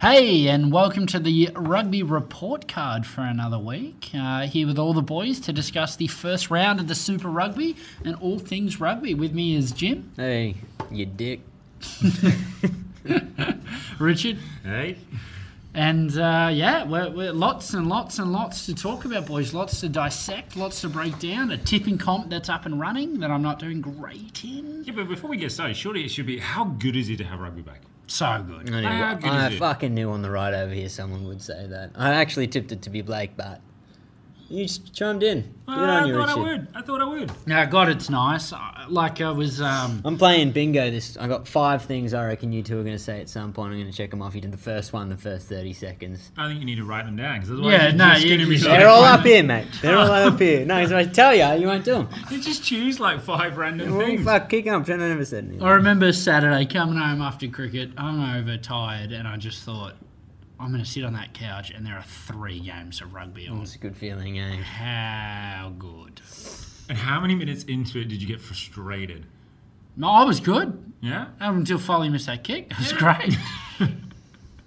Hey, and welcome to the Rugby Report Card for another week. Uh, here with all the boys to discuss the first round of the Super Rugby and all things rugby. With me is Jim, Hey, you dick. Richard, Hey, and uh, yeah, we're, we're lots and lots and lots to talk about, boys. Lots to dissect, lots to break down. A tipping comp that's up and running that I'm not doing great in. yeah, but before we get started, surely it should be how good is it to have rugby back? So good. I, knew, How good I is it? fucking knew on the ride over here someone would say that. I actually tipped it to be Blake, but you just chimed in. Good Ah, I on you, thought I Richard. would. I thought I would. Now, God, it's nice. I- Like I was. Um, I'm playing bingo. This I got five things I reckon you two are going to say at some point. I'm going to check them off. You did the first one, the first 30 seconds. I think you need to write them down because otherwise Yeah, you're no, just you- going to you be should. like, They're all up here, mate. They're all up here. No, he's going to tell you. You won't do them. you just choose like five random Well, things. fuck, kick on. Pretend I never said anything. I remember Saturday coming home after cricket, hungover, tired, and I just thought, I'm going to sit on that couch and there are three games of rugby on. It's a good feeling, eh? How good. And how many minutes into it did you get frustrated? No, I was good Yeah, um, until Foley missed that kick. It was great.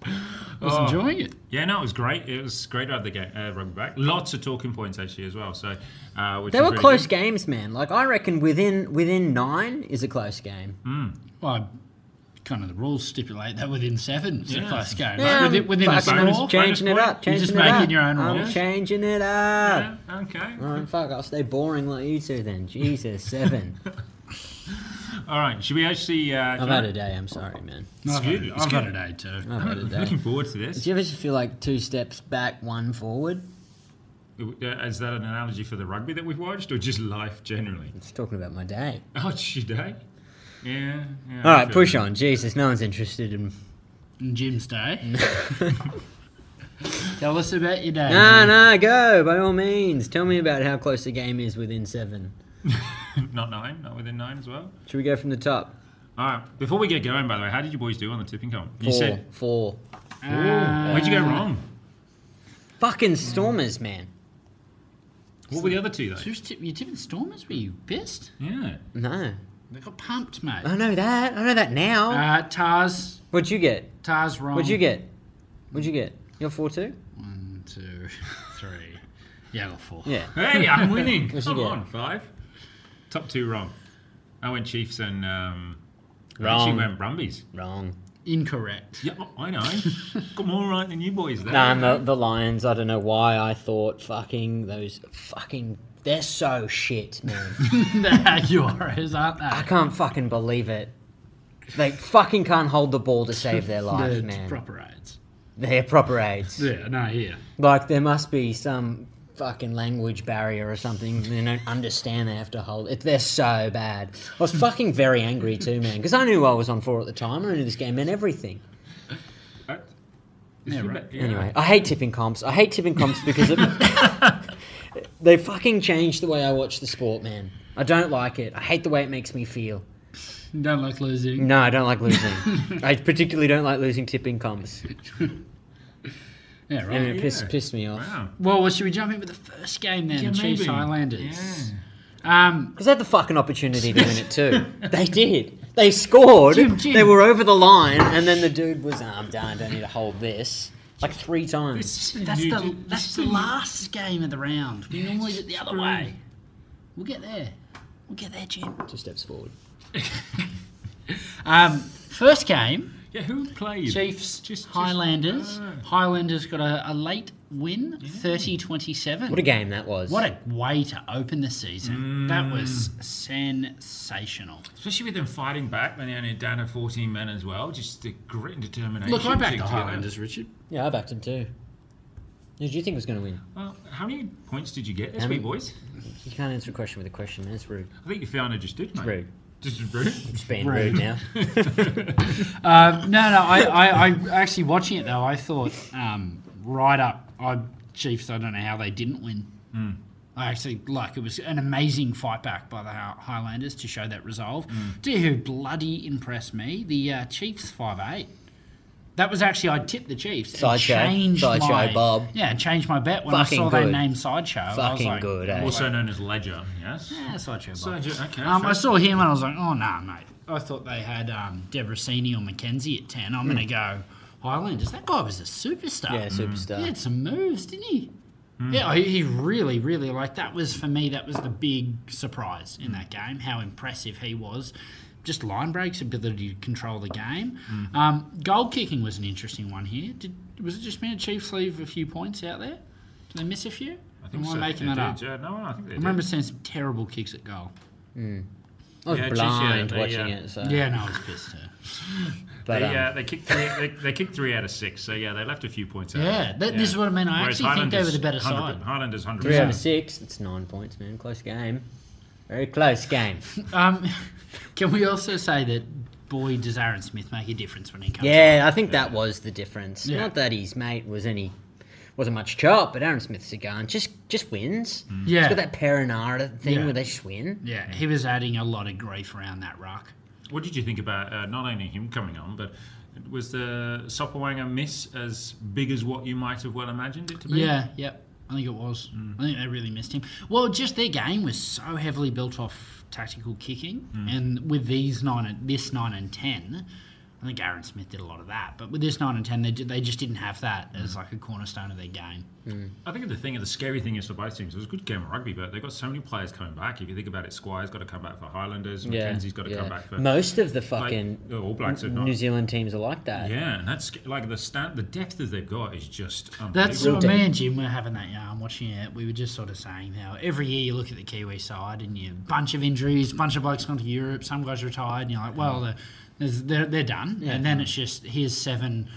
I was Oh. enjoying it. yeah, no, it was great. It was great to have the game, uh, rugby back. Lots of talking points actually as well. So uh, which They is were really close good. games, man. Like I reckon within within nine is a close game. Well, kind of the rules stipulate that within seven is a Yeah. close game. Yeah, right? within, within a fucking score. I'm changing it bonus up. You're Changing just it making up. your own I'm rules. changing it up. Yeah, okay. Alright, fuck, I'll stay boring like you two then. Jesus, seven. All right. Should we actually? Uh, I've had a day. I'm sorry, man. No, I've, had, good, it's I've had eh? a day good. too. I've had a I'm day. looking forward to Did this. you ever just feel like two steps back, one forward? Uh, Is that an analogy for the rugby that we've watched, or just life generally? It's talking about my day. Oh, today. Yeah. yeah All right, I feel push you. on. Jesus, no one's interested in. And Jim's day. Tell us about your day. No, Jim. no, go by all means. Tell me about how close the game is within seven. Not nine, not within nine as well. Should we go from the top? All right. Before we get going, by the way, how did you boys do on the tipping comp? You Four, said, four. Uh, where'd you go wrong? Fucking stormers, man. What were the other two though? Who's tip, you tipping Stormers? Were you pissed? Yeah. No, They got pumped, mate. I know that. I know that now. Uh, Tars, What'd you get? Tars wrong. What'd you get? What'd you get? You're four two. One, two, three. Yeah, I got four. Yeah. Hey, I'm winning. What'd you Come get? on, five. Top two wrong. I went Chiefs and um, Wrong. Richie went Brumbies. Wrong. Incorrect. Yeah, I know. Got more right than you boys. There. Nah, and the, the Lions. I don't know why I thought fucking those fucking. They're so shit, man. They're yours, aren't I they? can't fucking believe it. They fucking can't hold the ball to save their life, They're man. proper aids. they're proper aids. Yeah, no, yeah. Like there must be some fucking language barrier or something. They don't understand. They have to hold it. They're so bad. I was fucking very angry too, man, because I knew I was on four at the time. I knew this game meant everything. Uh, is Yeah, it- right. yeah. Anyway, I hate tipping comps. I hate tipping comps because it, they fucking changed the way I watch the sport, man. I don't like it. I hate the way it makes me feel. Don't like losing. No, I don't like losing. I particularly don't like losing tipping comps, Yeah, and right. it pissed Yeah. pissed me off. Wow. Well, well, should we jump in with the first game then? Yeah, Chiefs maybe. Highlanders. Yeah. Um, Because they had the fucking opportunity to win it too. they did. They scored. Jim, Jim. They were over the line, and then the dude was, oh, I'm done. Don't need to hold this. Like three times. This is a that's new- the this that's is the a new- last game of the round. We normally get the other Screw. way. We'll get there. We'll get there, Jim. Two steps forward. Um, first game. Yeah, who played? Chiefs, Just- just- Highlanders. Ah. Highlanders got a, a late win, 30 27. What a game that was. What a way to open the season. Mm. That was sensational. Especially with them fighting back when they're only down to 14 men as well. Just the grit and determination. Look, I backed to the get Highlanders, Richard. Yeah, I backed him too. Who did you think was going to win? that. Well, how many points did you get this How week, many- boys? You can't answer a question with a question, man. It's rude. I think you found I just did, mate. Rude. Just rude. It's being Rude. rude now. Uh, no, no, I, I, I actually watching it though, I thought um, right up, I Chiefs, I don't know how they didn't win. Hmm. I actually like it was an amazing fight back by the Hi- Highlanders to show that resolve. Hmm. Do you know who bloody impressed me? The uh, Chiefs five eight. That was actually I tipped the Chiefs. and Sideshow. changed Sideshow my- Bob. Yeah, and changed my bet when Fucking I saw they good. named Sideshow. I was Fucking like, good, eh? also known as Ledger, yes? Yeah, Sideshow Bob. Sideshow, okay. Um, I fair. saw him and Hmm. I was like, oh, no, mate. I thought they had um, Debrasini or McKenzie at 10. I'm going to go Highlanders. That guy was a superstar. Yeah, superstar. He had some moves, didn't he? Hmm. Yeah, he he really, really like that was for me. That was the big surprise in that game. How impressive he was. Just line breaks, ability to control the game. Hmm. Um, goal kicking was an interesting one here. Did was it just me and Chiefs leave a few points out there? Did they miss a few? I think Am so. I making They that up? did, Yeah, no, I think they I remember seeing some terrible kicks at goal. I was Yeah, geez, yeah, blind they, watching uh, it. So. Yeah, no, I was pissed too. did. But, They, um, uh, they kicked three. They, they kicked three out of six. So yeah, they left a few points out. Yeah, that, this is what I mean. I Whereas actually think they were Highlanders the better 100 side. Highlanders hundred Three out of percent. six. It's nine points, man. Close game. Very close game. Um, can we also say that boy does Aaron Smith make a difference when he comes? Yeah, I think that was the difference. Yeah. Not that his mate was any wasn't much chop, but Aaron Smith's a gun. Just just wins. Yeah. He's got that Perinara thing Yeah. where they just win. yeah, he was adding a lot of grief around that ruck. What did you think about uh, not only him coming on, but was the Sopawanga miss as big as what you might have well imagined it to be? Yeah, yep. I think it was. Mm. I think they really missed him. Well, just their game was so heavily built off tactical kicking, Mm. and with these nine, and this nine and ten, I think Aaron Smith did a lot of that. But with this nine and ten, they did, they just didn't have that Mm. as like a cornerstone of their game. I think the thing, the scary thing is for both teams. It was a good game of rugby, but they've got so many players coming back. If you think about it, Squire's got to come back for Highlanders. Mackenzie's got to come back for Most of the like, fucking the All Blacks. If not. New Zealand teams are like that. Yeah, and that's like the stand, the depth that they've got is just That's unbelievable. Real what deep. me and Jim were having that yarn watching it. We were just sort of saying how every year you look at the Kiwi side and you bunch of injuries, bunch of blokes gone to Europe, some guys retired, and you're like, well, they're, there's- they're, they're done. And then it's just here's seven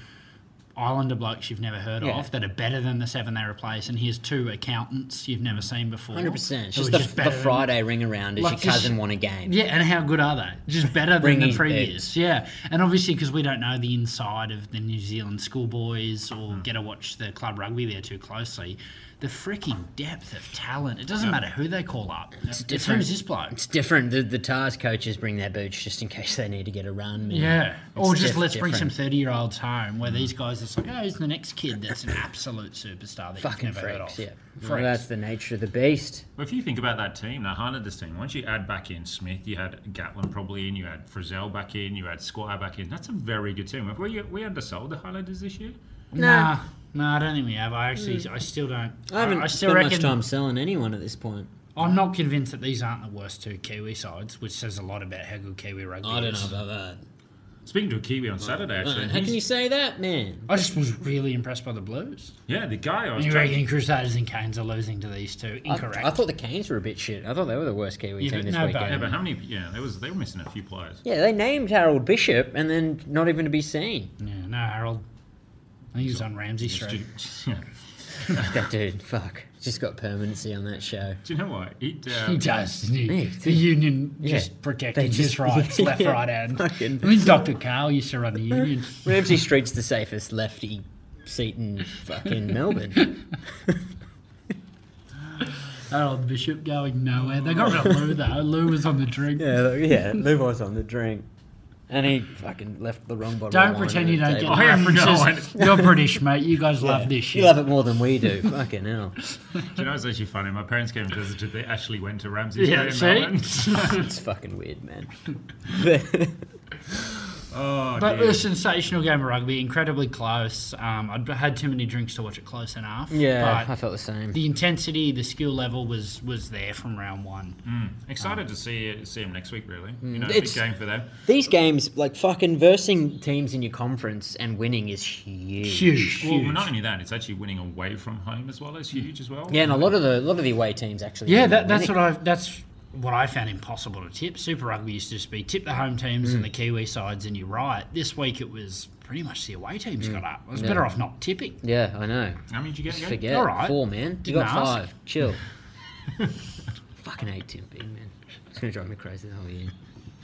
Islander blokes you've never heard Yeah. of that are better than the seven they replace, and here's two accountants you've never seen before. Hundred percent. It's who just are the, the better than- Friday ring around as Like, your just- cousin won a game. yeah, and how good are they? Just better Bring than the his previous. Yeah, and obviously because we don't know the inside of the New Zealand schoolboys or Hmm. get to watch the club rugby there too closely. The freaking depth of talent. It doesn't matter who they call up. It's, different. who's this bloke? It's different. The the TARS coaches bring their boots just in case they need to get a run. man. Yeah. Or It's just diff- let's bring some different. Hmm. 30 year olds home where these guys are just like, oh, who's the next kid that's an absolute superstar that Fucking you've never heard freaks. of? Yeah. Well, Freaks. that's the nature of the beast. Well, if you think about that team, that Highlanders team, once you add back in Smith, you had Gatlin probably in, you had Frizzell back in, you had Squire back in. That's a very good team. Have we, we undersold the Highlanders this year? Nah. No, I don't think we have. I actually, I still don't. I haven't still spent reckon- much time selling anyone at this point. I'm not convinced that these aren't the worst two Kiwi sides, which says a lot about how good Kiwi rugby I don't is. know about that. Speaking to a Kiwi on Saturday, actually, How he's- can you say that, man? I just was really impressed by the Blues. yeah, the guy I was You trying- reckon Crusaders and Canes are losing to these two? I, Incorrect. I thought the Canes were a bit shit. I thought they were the worst Kiwi Yeah, team but this no, but- Yeah, weekend. but how many? Yeah, there was they were missing a few players. Yeah, they named Harold Bishop and then not even to be seen. yeah, no, Harold. I think he was on Ramsey Street. Do, you- that dude, fuck. Just got permanency on that show. do you know what? It, uh, He does. doesn't he? Yeah, the union yeah. just protected They his just- rights, left, yeah, right, and. fucking- I mean, Dr. Carl used to run the union. Ramsey Street's the safest lefty seat in fucking Melbourne. Harold Bishop going nowhere. They got rid of Lou, though. Lou was on the drink. Yeah, yeah. Levi's on the drink. And he fucking left the wrong bottle. Don't pretend you don't get I am references. You're British, mate. You guys love this shit. You love it more than we do. fucking hell. do you know it's actually funny? My parents came and visited. They actually went to Ramsey Street. Yeah, in see? Melbourne. It's fucking weird, man. oh, But dear. a sensational game of rugby, incredibly close. Um, I'd had too many drinks to watch it close enough. yeah, I but felt the same. the intensity, the skill level was was there from round one. Excited to see see him next week. Really, Mm. you know, It's- big game for them. These games, like fucking versing teams in your conference and winning is huge. Huge, Well, huge. not only that, it's actually winning away from home as well. It's huge as well. Yeah, and a lot of the a lot of the away teams actually. yeah, end up that, that's winning. what I that's what I found impossible to tip. Super Rugby used to just be tip the home teams and the Kiwi sides, and you're right. This week it was pretty much the away teams got up. I was better off not tipping. Yeah, I know. How many did you get? again? Forget All right. four, man. You Didn't got ask. five. Chill. fucking hate Tim Big, man. It's gonna drive me crazy the whole year.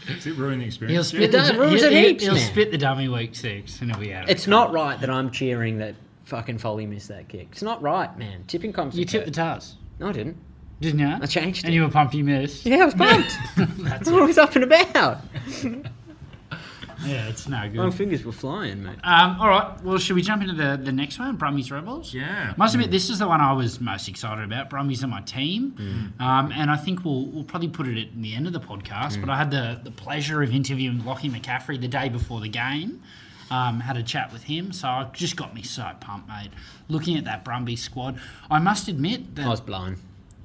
Does it ruin the He'll experience? spit does, the, it ruins he'll, it heaps, he'll man. spit the dummy week six, and he'll be out. Of it. It's not right that I'm cheering that fucking Foley missed that kick. It's not right, man. Tipping comps. You are tipped the good. Tars, No, I didn't. didn't you? I changed And it. you were pumped. You missed. Yeah, I was pumped. That's I was up and about. Yeah, it's no good. My fingers were flying, mate. Um, all right. Well, should we jump into the, the next one, Brummies Rebels? Yeah. Must admit, this is the one I was most excited about. Brummies are my team, um, and I think we'll, we'll probably put it at the end of the podcast. But I had the, the pleasure of interviewing Lockie McCaffrey the day before the game. Um, had a chat with him, so I just got me so pumped, mate. Looking at that Brumby squad, I must admit that I was blown.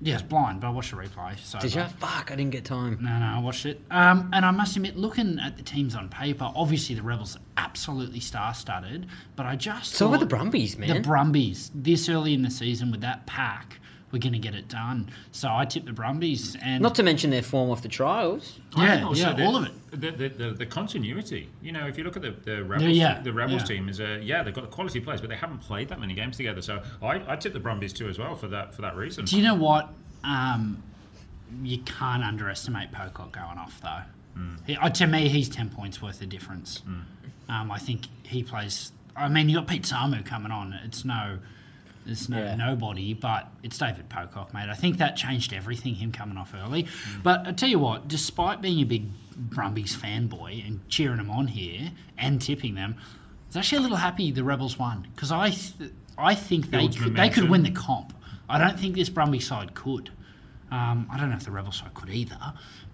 yes, blind, but I watched the replay. So Oh, Did you? Fuck, I didn't get time. no, no, I watched it. Um, and I must admit, looking at the teams on paper, obviously the Rebels are absolutely star-studded, but I just So were thought the Brumbies, the man. Brumbies this early in the season with that pack. We're going to get it done. So I tipped the Brumbies, and Not to mention their form off the trials. I think Yeah, also yeah, the- all of The, the, the, the continuity. You know, if you look at the, the Rebels, yeah, the Rebels yeah. team is a yeah, they've got quality players, but they haven't played that many games together. So I, I tip the Brumbies too as well for that for that reason. Do you know what? Um, you can't underestimate Pocock going off though. He, uh, to me, he's ten points worth of difference. Um, I think he plays. I mean, you got Pete Samu coming on. It's no, it's no Yeah. nobody, but it's David Pocock, mate. I think that changed everything. Him coming off early. But I tell you what, despite being a big Brumbies fanboy and cheering them on here and tipping them, I was actually a little happy the Rebels won because I, th- I think they Builds could, they could momentum. win the comp. I don't think this Brumby side could. Um, I don't know if the Rebel side could either,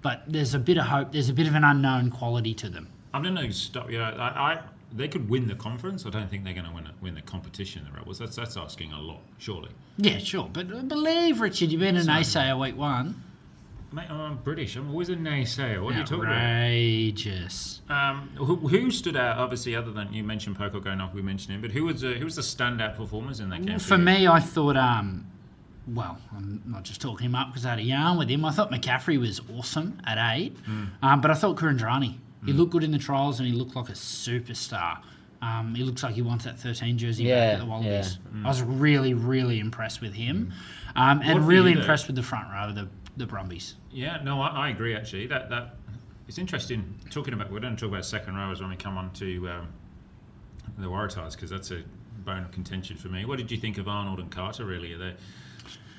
but there's a bit of hope. There's a bit of an unknown quality to them. I don't know. Stop. You know, I, I they could win the conference. I don't think they're going to win it, win the competition. The Rebels. That's that's asking a lot, surely. Yeah, sure. But uh, believe, Richard, you've been an naysayer week one. Mate, I'm British. I'm always a naysayer. What are you talking about? Outrageous. Um, who, who stood out? Obviously, other than you mentioned Poco going off, we mentioned him. But who was the, who was the standout performers in that game? For you? me, I thought, um, well, I'm not just talking him up because I had a yarn with him. I thought McCaffrey was awesome at eight, um, but I thought Kurandrani. He looked good in the trials and he looked like a superstar. Um, he looks like he wants that 13 jersey Yeah, back at the Wallabies. I was really, really impressed with him um, What and for really you, though? impressed with the front row, the, the Brumbies. Yeah, no, I, I agree actually. That that it's interesting talking about. We're going to talk about second rowers when we come on to um, the Waratahs because that's a bone of contention for me. What did you think of Arnold and Carter? Really, are they?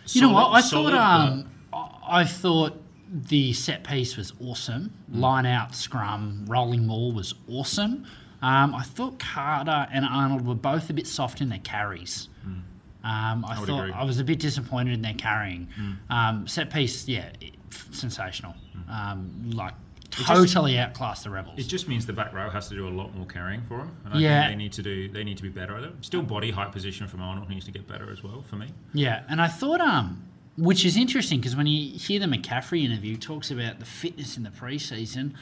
You know what? I solid, thought um, I I thought the set piece was awesome. Mm. Line out, scrum, rolling maul was awesome. Um, I thought Carter and Arnold were both a bit soft in their carries. Um, I, Mm. would thought agree. Mm. I was a bit disappointed in their carrying. Um, set piece, yeah, it- sensational. Um, like totally outclassed the rebels. It just means the back row has to do a lot more carrying for them, and I Yeah. think they need to do. They need to be better at it. Still, body height position from Arnold needs to get better as well for me. Yeah, and I thought, um, which is interesting because when you hear the McCaffrey interview, talks about the fitness in the preseason.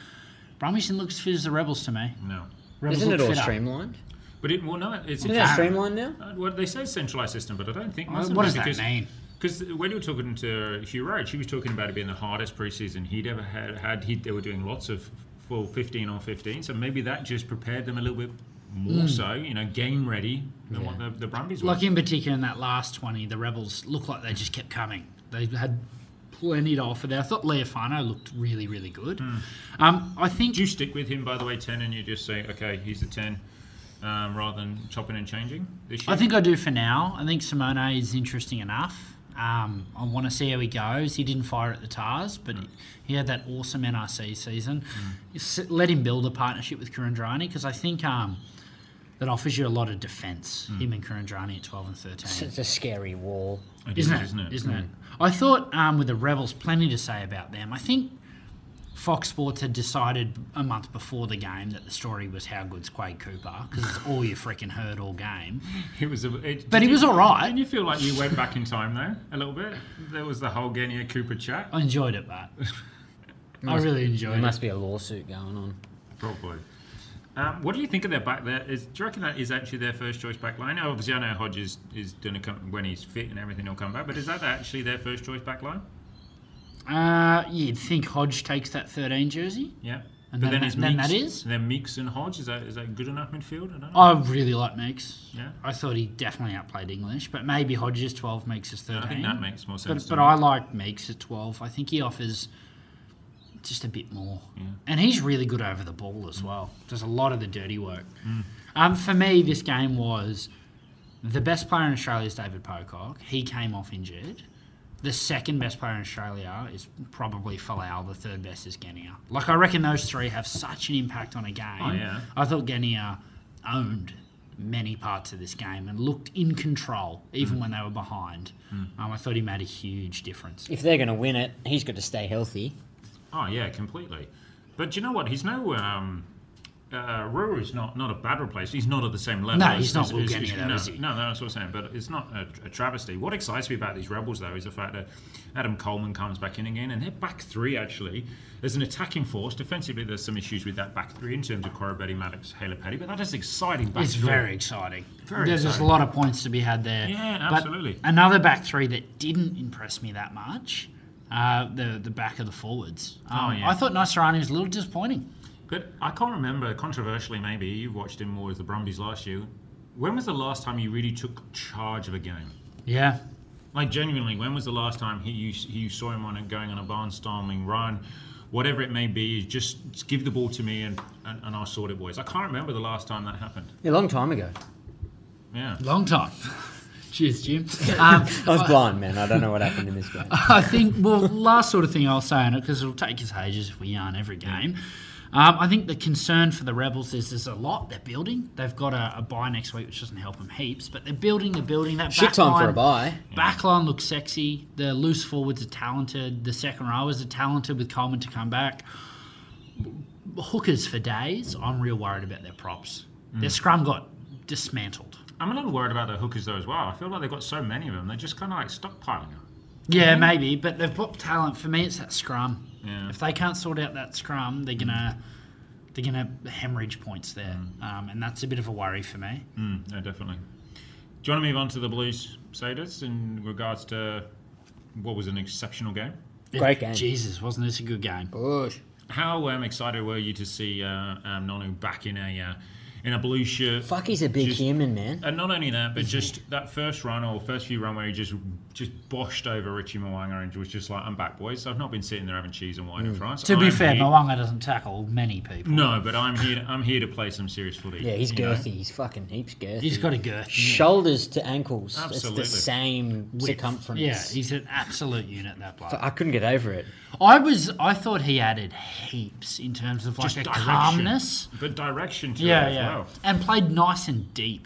Brumison looks fit as the Rebels to me. No, Rebels Isn't look it all fitter. streamlined? but it well no, it's Isn't it's- that streamlined now? Uh, Well, they say centralized system, but I don't think. Well, mustn't what be, does that because, mean? Because when you were talking to Hugh Roach, he was talking about it being the hardest preseason he'd ever had. had. He, they were doing lots of full 15 on 15, so maybe that just prepared them a little bit more Mm. so, you know, game ready than what the, the Brumbies were. Like in particular in that last twenty, the Rebels looked like they just kept coming. They had plenty to offer there. I thought Leofano looked really, really good. Um, I think Do you stick with him, by the way, 10, and you just say, okay, he's a 10, um, rather than chopping and changing this year? I think I do for now. I think Simone is interesting enough. Um, I want to see how he goes. He didn't fire at the Tars, but he had that awesome NRC season. You s- Let him build a partnership with Kurandrani because I think um, that offers you a lot of defence, him and Kurandrani at 12 and 13. It's a scary wall. It is, Isn't it? Isn't it? I thought um, with the Rebels, plenty to say about them. I think Fox Sports had decided a month before the game that the story was how good's Quade Cooper because it's all you freaking heard all game. It was a, it, But he was all right. Didn't you feel like you went back in time, though, a little bit? There was the whole Genia Cooper chat. I enjoyed it, but I really enjoyed There it. must be a lawsuit going on. Probably. Um, what do you think of their back there? Is, do you reckon that is actually their first choice back line? Obviously, I know Hodges is going to come when he's fit and everything. He'll come back, but is that actually their first choice back line? Uh, you'd think Hodge takes that 13 jersey. Yeah. And then that- it's then that Meeks- is? Oh, Then Meeks and Hodge is that is that good enough midfield? I don't know. I really like Meeks. Yeah. I thought he definitely outplayed English, but maybe Hodge is 12, Meeks is 13. I think that makes more but, sense. to but me. I like Meeks at 12. I think he offers just a bit more. Yeah. And he's really good over the ball as well. Does a lot of the dirty work. Mm. Um, for me, this game was the best player in Australia is David Pocock. He came off injured. The second best player in Australia is probably Falau. The third best is Genia. Like, I reckon those three have such an impact on a game. Oh, yeah. I thought Genia owned many parts of this game and looked in control even Mm. when they were behind. Um, I thought he made a huge difference. If they're going to win it, he's got to stay healthy. Oh yeah, completely. But do you know what? He's no um, uh, Rua's not not a bad replacement. He's not at the same level. No, as- he's not as- Will as- Kenny, as- though, no, is he? No, no, that's what I'm saying. But it's not a, a travesty. What excites me about these Rebels though is the fact that Adam Coleman comes back in again, and they're back three actually. There's an attacking force. Defensively, there's some issues with that back three in terms of Cora Betty, Maddox, Haley Petty. But that is exciting. Back It's four. very exciting. Very There's just a exciting. lot of points to be had there. Yeah, But absolutely. another back three that didn't impress me that much, uh, the the back of the forwards. Um, Oh, yeah. I thought Nasrani was a little disappointing. But I can't remember, controversially maybe, you watched him more as the Brumbies last year. When was the last time you really took charge of a game? Yeah. Like genuinely, when was the last time he you, you saw him on a, going on a barnstorming run, whatever it may be, just, just give the ball to me and, and, and I'll sort it, boys. I can't remember the last time that happened. A long time ago. Yeah. Long time. Cheers, Jim. Um, I was blind, man. I don't know what happened in this game. I think, well, last sort of thing I'll say on it, because it'll take us ages if we yarn every game. Um, I think the concern for the Rebels is there's a lot they're building. They've got a, a buy next week, which doesn't help them heaps, but they're building, they're building. That Shit back time line- for a buy. Backline looks sexy. The loose forwards are talented. The second rowers are talented with Coleman to come back. Hookers for days. I'm real worried about their props. Their scrum got dismantled. I'm a little worried about the hookers though as well. I feel like they've got so many of them, they're just kind of like stockpiling them. Yeah, maybe, but they've got talent. For me, it's that scrum. Yeah. If they can't sort out that scrum, they're gonna they're gonna hemorrhage points there, um, and that's a bit of a worry for me. Mm, no, definitely. Do you want to move on to the Blues Sadas in regards to what was an exceptional game? Great game. Jesus, wasn't this a good game? Bush. How um, excited were you to see uh, um, Nonu back in a uh, in a blue shirt? Fuck, he's a big Just- human, man. And not only that, Mm-hmm. but just that first run or first few run where he just just boshed over Richie Mwanga and was just like, "I'm back, boys. I've not been sitting there having cheese and wine in France." Mm. To be I'm fair, here- Mwanga doesn't tackle many people. no, but I'm here. I'm here to play some serious footy. Yeah, he's you know? girthy. He's fucking heaps girthy. He's got a girth. shoulders to ankles. Absolutely. It's the same circumference. Yeah, he's an absolute unit. That bloke. I couldn't get over it. I was. I thought he added heaps in terms of like Just a direction. calmness. but direction to it Yeah, as yeah, well. and played nice and deep,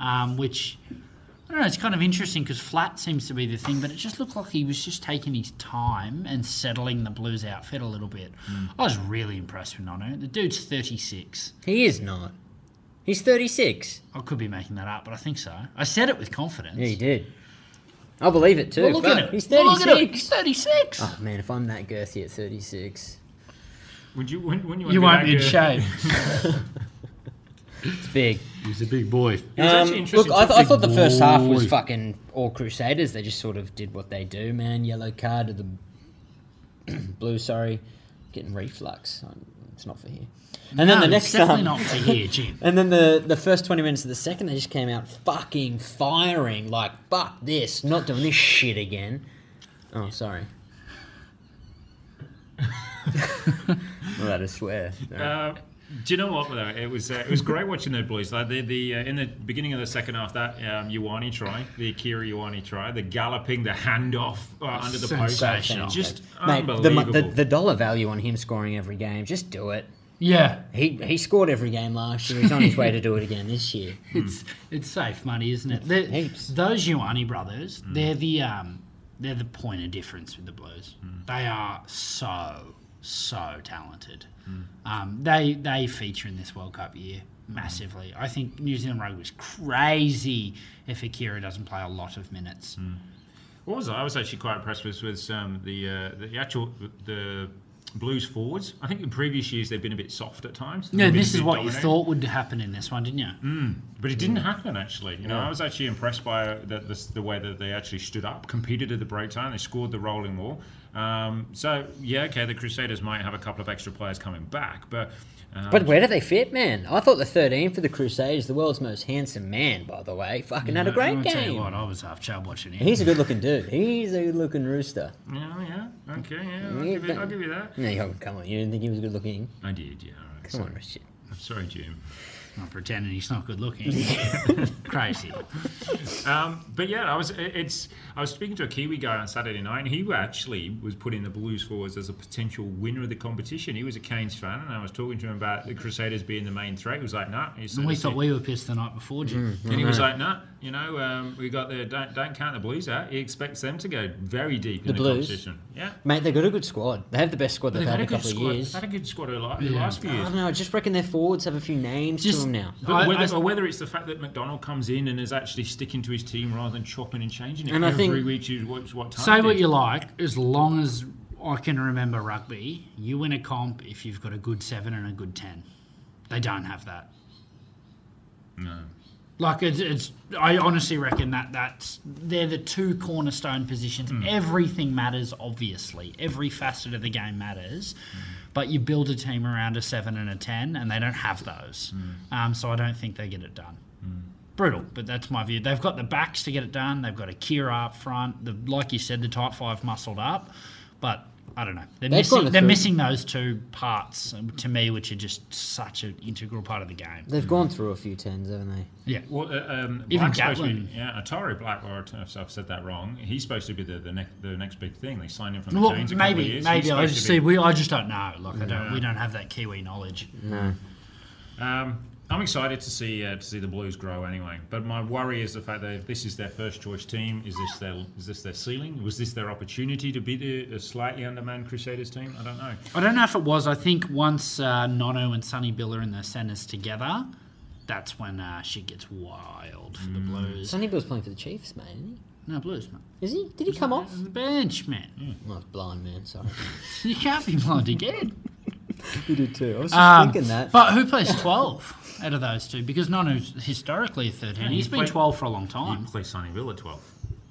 um, which I don't know. It's kind of interesting because flat seems to be the thing, but it just looked like he was just taking his time and settling the Blues outfit a little bit. I was really impressed with Nono. The dude's thirty six. He is not. He's 36. I could be making that up, but I think so. I said it with confidence. Yeah, he did. I believe it too. Well, look at Fuck, it. He's Well, 36. look at it. He's thirty six. Oh man, if I'm that girthy at 36, Would you? When, when you, you wanna won't be in that girthy? shape. it's big. He's a big boy. It was actually Um, interesting look, to I, th- I thought the first half was Boy. fucking all Crusaders. They just sort of did what they do, man. Yellow card to the blue. Sorry, getting reflux. Um, It's not for here. And then the next definitely time, not for here, Jim. and then the the first twenty minutes of the second, they just came out fucking firing like fuck this, not doing this shit again. Oh, sorry. I'm allowed to swear. Uh, do you know what though? It was uh, it was great watching those boys. Like the, the uh, in the beginning of the second half, that um, Ioane try, the Akira Ioane try, the galloping, the handoff uh, under the post, Sensational. just Mate, the, unbelievable. mo- the the dollar value on him scoring every game, just do it. Yeah. He he scored every game last year. He's on his way to do it again this year. It's it's safe money, isn't it? They're, Heaps. Those Ioane brothers, they're the um, they're the point of difference with the Blues. They are so so talented. Um, they they feature in this World Cup year massively. I think New Zealand rugby is crazy if Akira doesn't play a lot of minutes. what was I? I was actually quite impressed with was um, the uh, the actual the Blues forwards. I think in previous years they've been a bit soft at times. Yeah, They've been this a is bit what you dominating. thought would happen in this one, didn't you? But it didn't happen actually. You know, I was actually impressed by the, the, the way that they actually stood up, competed at the break time, they scored the rolling wall. Um, so yeah, okay, the Crusaders might have a couple of extra players coming back, but um, But where do they fit, man? I thought the 13 for the Crusaders, the world's most handsome man, by the way, fucking had a I'm great gonna Tell you game. what, I was half chub watching it. He's a good looking dude. He's a good looking rooster. yeah, yeah, okay, yeah, I'll, Yeah, give, you, but- I'll give you that. No, you- come on, you didn't think he was good looking? I did, yeah. All right. Come on, Richard. I'm sorry, Jim. Not pretending he's not good looking. Crazy. Um, but yeah, I was it- it's I was speaking to a Kiwi guy on Saturday night, and he actually was putting the Blues forwards as a potential winner of the competition. He was a Canes fan, and I was talking to him about the Crusaders being the main threat. He was like, "Nah," he said, And we thought we were pissed the night before, Jim. and he was like, "Nah, you know, um, we got the don't, don't count the Blues out. He expects them to go very deep in the, Blues? competition. Yeah, Mate, they've got a good squad. They have the best squad they've, they've had, had a in a good couple of squad. years. Had a good squad over the la- Yeah. last few I years. don't know. I just reckon their forwards have a few names to Just- them now. But I- whether, I- or whether it's the fact that McDonald comes in and is actually sticking to his team rather than chopping and changing it And I every think- week, is what, what time Say it what is. you like, as long as I can remember rugby, you win a comp if you've got a good seven and a good ten. They don't have that. No. Like it's, it's I honestly reckon that that's they're the two cornerstone positions. Everything matters, obviously. Every facet of the game matters, but you build a team around a seven and a ten, and they don't have those. Um, so I don't think they get it done. Brutal, but that's my view. They've got the backs to get it done. They've got a Kira up front. The, like you said, the type five muscled up, but I don't know. They're They've got missing. a They're three. missing those two parts um, to me, which are just such an integral part of the game. They've gone through a few tens, haven't they? Yeah. Well, uh, um, Even Black's supposed to Gatlin. Be, yeah, Atari Black, or if I've said that wrong, he's supposed to be the, the next the next big thing. They signed him from the Well, Canes a couple of maybe, years. maybe He's I supposed just to be- see. We, I just don't know. Like, I don't. Yeah. We don't have that Kiwi knowledge. No. Um, I'm excited to see uh, to see the Blues grow anyway. But my worry is the fact that if this is their first choice team, is this their is this their ceiling? Was this their opportunity to be the a slightly undermanned Crusaders team? I don't know. I don't know if it was. I think once uh, Nono and Sonny Bill are in the centres together, that's when uh, shit gets wild for the Mm. Blues. Sonny Bill's playing for the Chiefs, mate, isn't No Blues, man. he? Is he? Did he come off? On the bench, man. Oh, blind man, sorry. You can't be blind again. he did too. I was just Um, thinking that. But who plays twelve out of those two? Because Nono's historically a thirteen. he he's been played- twelve for a long You time. play Sunnyville at 12.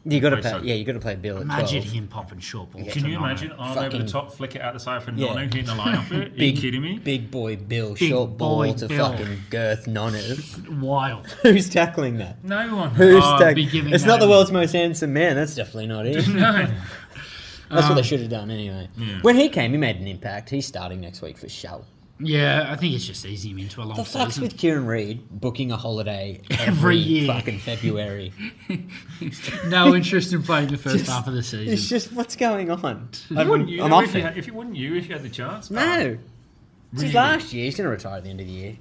you got to Wait, play. so- Yeah, you got to play Bill at Imagine 12. him popping short balls. Can to you Nono. imagine? Arm over Fucking- the top, flick it out the side for Yeah. Nono, hitting the line off it? Are you Big- kidding me? Big boy Bill, Big short boy ball to Bill. fucking girth nonner. Wild. Who's tackling that? No one. Who's I'd tack- be giving It's that not the a- world's most handsome man. That's definitely not it. no. That's Um, what they should have done anyway. When he came, he made an impact. He's starting next week for Shell. Yeah, I think it's just easing him into a long The fuck's season. with Kieran Reid booking a holiday every, Oh, Every year. fucking February? no interest in playing the first half of the season. it's just what's going on? You I'm, wouldn't you? I'm though, off if, you it. had, if you wouldn't you if you had the chance? No. It's Um, Really? his last year. He's going to retire at the end of the year.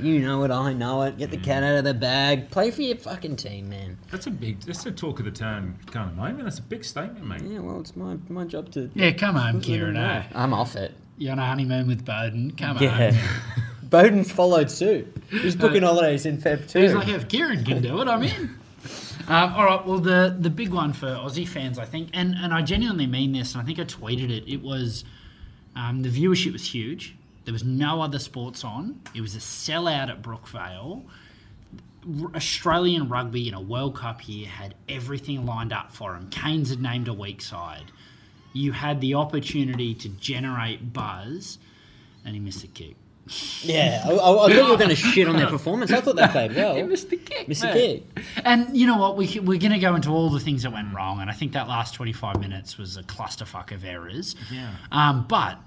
You know it. I know it. Mm. Get the cat out of the bag. Play for your fucking team, man. That's a big. That's a talk of the town kind of moment. That's a big statement, mate. Yeah, well, it's my, my job to. Yeah, come home, Kieran. Eh? I'm off it. You're on a honeymoon with Bowden. Come Yeah. on. Bowden followed suit. He's booking Uh, holidays in Feb too. He's like, if Kieran can do it, I'm in. Um, all right. Well, the the big one for Aussie fans, I think, and and I genuinely mean this, and I think I tweeted it. It was um, the viewership was huge. There was no other sports on. It was a sellout at Brookvale. R- Australian rugby in a World Cup year had everything lined up for him. Canes had named a weak side. You had the opportunity to generate buzz, and he missed a kick. Yeah, I, I, I thought you were going to shit on their performance. I thought they played well. the kick. Mr. Kick. And you know what? We, c- we're going to go into all the things that went wrong, and I think that last 25 minutes was a clusterfuck of errors. Yeah. Um, but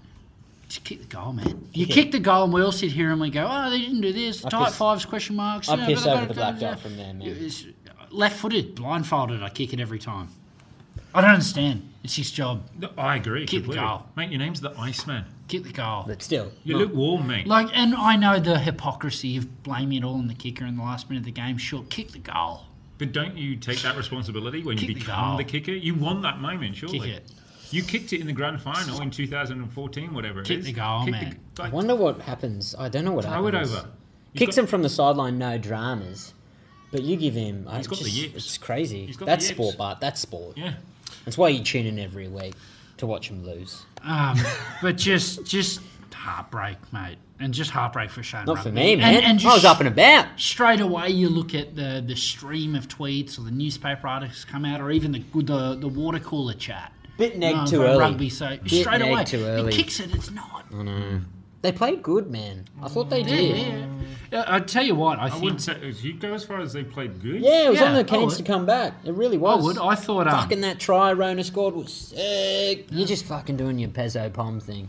to kick the goal, man. You kick the goal, and we all sit here and we go, "Oh, they didn't do this." I Tight piss- fives? Question marks. I you know, piss blah, blah, over the blah, black blah, dot blah. from there, man. It's left-footed, blindfolded. I kick it every time. I don't understand. It's his job. No, I agree. Keep completely. Carl. mate. Your name's the Iceman. Kick the goal. But still, You look warm, mate. Like, and I know the hypocrisy of blaming it all on the kicker in the last minute of the game. Sure, kick the goal. but don't you take that responsibility when you Kick the become goal. the, kicker? You won that moment, surely. Kick it. You kicked it in the grand final in 2014, whatever it Kick is. the goal, Kick man. The, I like, wonder what happens. I don't know what throw happens. it over. You've Kicks got- him from the sideline, no dramas. But you give him. I He's got the just- yips. It's crazy. He's got the That's yips. sport, Bart. That's sport. Yeah. That's why you tune in every week to watch him lose. Um, but just just heartbreak, mate, and just heartbreak for Shane. Not for Rugby. me, And- man. And, just I was up and about. straight away, you look at the the stream of tweets or the newspaper articles come out, or even the the, the water cooler chat. Bit neg No, too for early. Rugby, so Bit straight neg away, too he early. Oh, kicks it. It's not. They played good, man. I thought they Yeah, did. yeah. Yeah, I tell you what, I, I think wouldn't say. If you go as far as they played good. Yeah, it was Yeah, on the I Canes would. to come back. It really I was. would. I thought um, Fucking that try Rona scored was sick. You're just fucking doing your Pezzo Pom thing.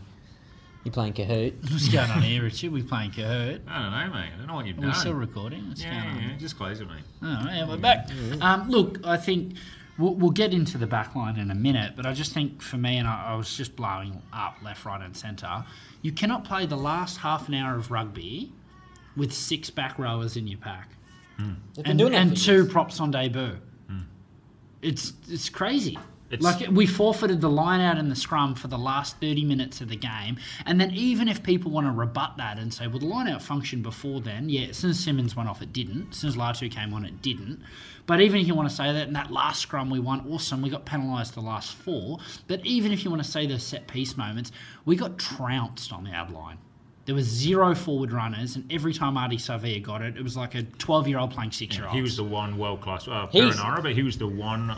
You're playing Kahoot. What's going on here, Richard? We playing Kahoot? I don't know, mate. I don't know what you've Are done. we still recording? What's yeah, going on? yeah, yeah, just close it, mate. All right, we're back. Um, look, I think we'll, we'll get into the back line in a minute, but I just think for me, and I, I was just blowing up left, right, and centre, you cannot play the last half an hour of rugby with six back rowers in your pack They've been and, doing that and for two years. Hmm. props on debut. It's it's crazy. It's- like we forfeited the line out in the scrum for the last 30 minutes of the game. And then even if people want to rebut that and say, well, the line out functioned before then, yeah, as soon as Simmons went off, it didn't. As soon as Latu came on, it didn't. But even if you want to say that, in that last scrum we won, awesome, we got penalised the last four. But even if you want to say those set piece moments, we got trounced on the ad line. There was zero forward runners, and every time Artie Savia got it, it was like a 12 year old playing six year old. He was the one world class. Uh, He's- Perinara, but he was the one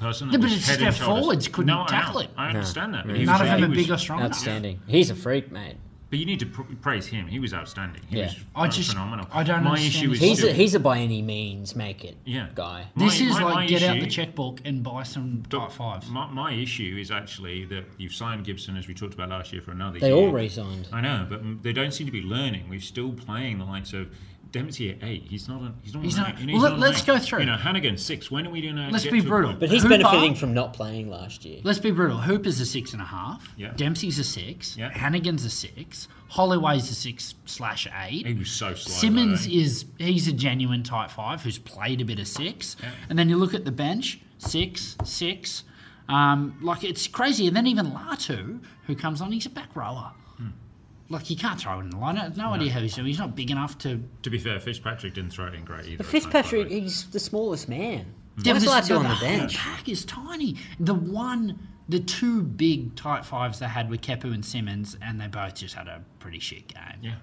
person that Yeah, but was it's head their and shoulders. forwards couldn't no, I know. tackle it. I understand that. But No. he None was, of them he are was- big or strong enough. Outstanding. He's a freak, mate. But you need to pr- praise him. He was outstanding. He Yeah. was I ph- just- phenomenal. I don't My understand issue this. is He's still- a, he's a by any means make it Yeah. guy. This My- is my- like my get out issue- the checkbook and buy some top fives. My, my issue is actually that you've signed Gibson, as we talked about last year, for another They year. all resigned. I know, but mm, they don't seem to be learning. We're still playing the likes of Dempsey at eight. He's not. On, he's not. He's on not- eight, and well, on let- let's eight. go through. You know, Hannigan six. When are we doing? Let's be brutal. But he's Hooper- benefiting from not playing last year. Let's be brutal. Hooper's a six and a half. Yeah. Dempsey's a six. Yeah. Hannigan's a six. Holloway's a six slash eight. He was so slow. Simmons though. is he's a genuine type five who's played a bit of six, Yeah. and then you look at the bench six six, um, like it's crazy. And then even Latu who comes on, he's a back rower. Hmm. Like he can't throw it in the line. I have no, idea how he's doing. He's not big enough to. To be fair, Fitzpatrick didn't throw it in great either. But at times, by the Fitzpatrick, way. he's the smallest man. Yeah, What's but allowed this- to do on the the whole bench? Pack is tiny. The one, the two big tight fives they had were Kepu and Simmons, and they both just had a pretty shit game. Yeah.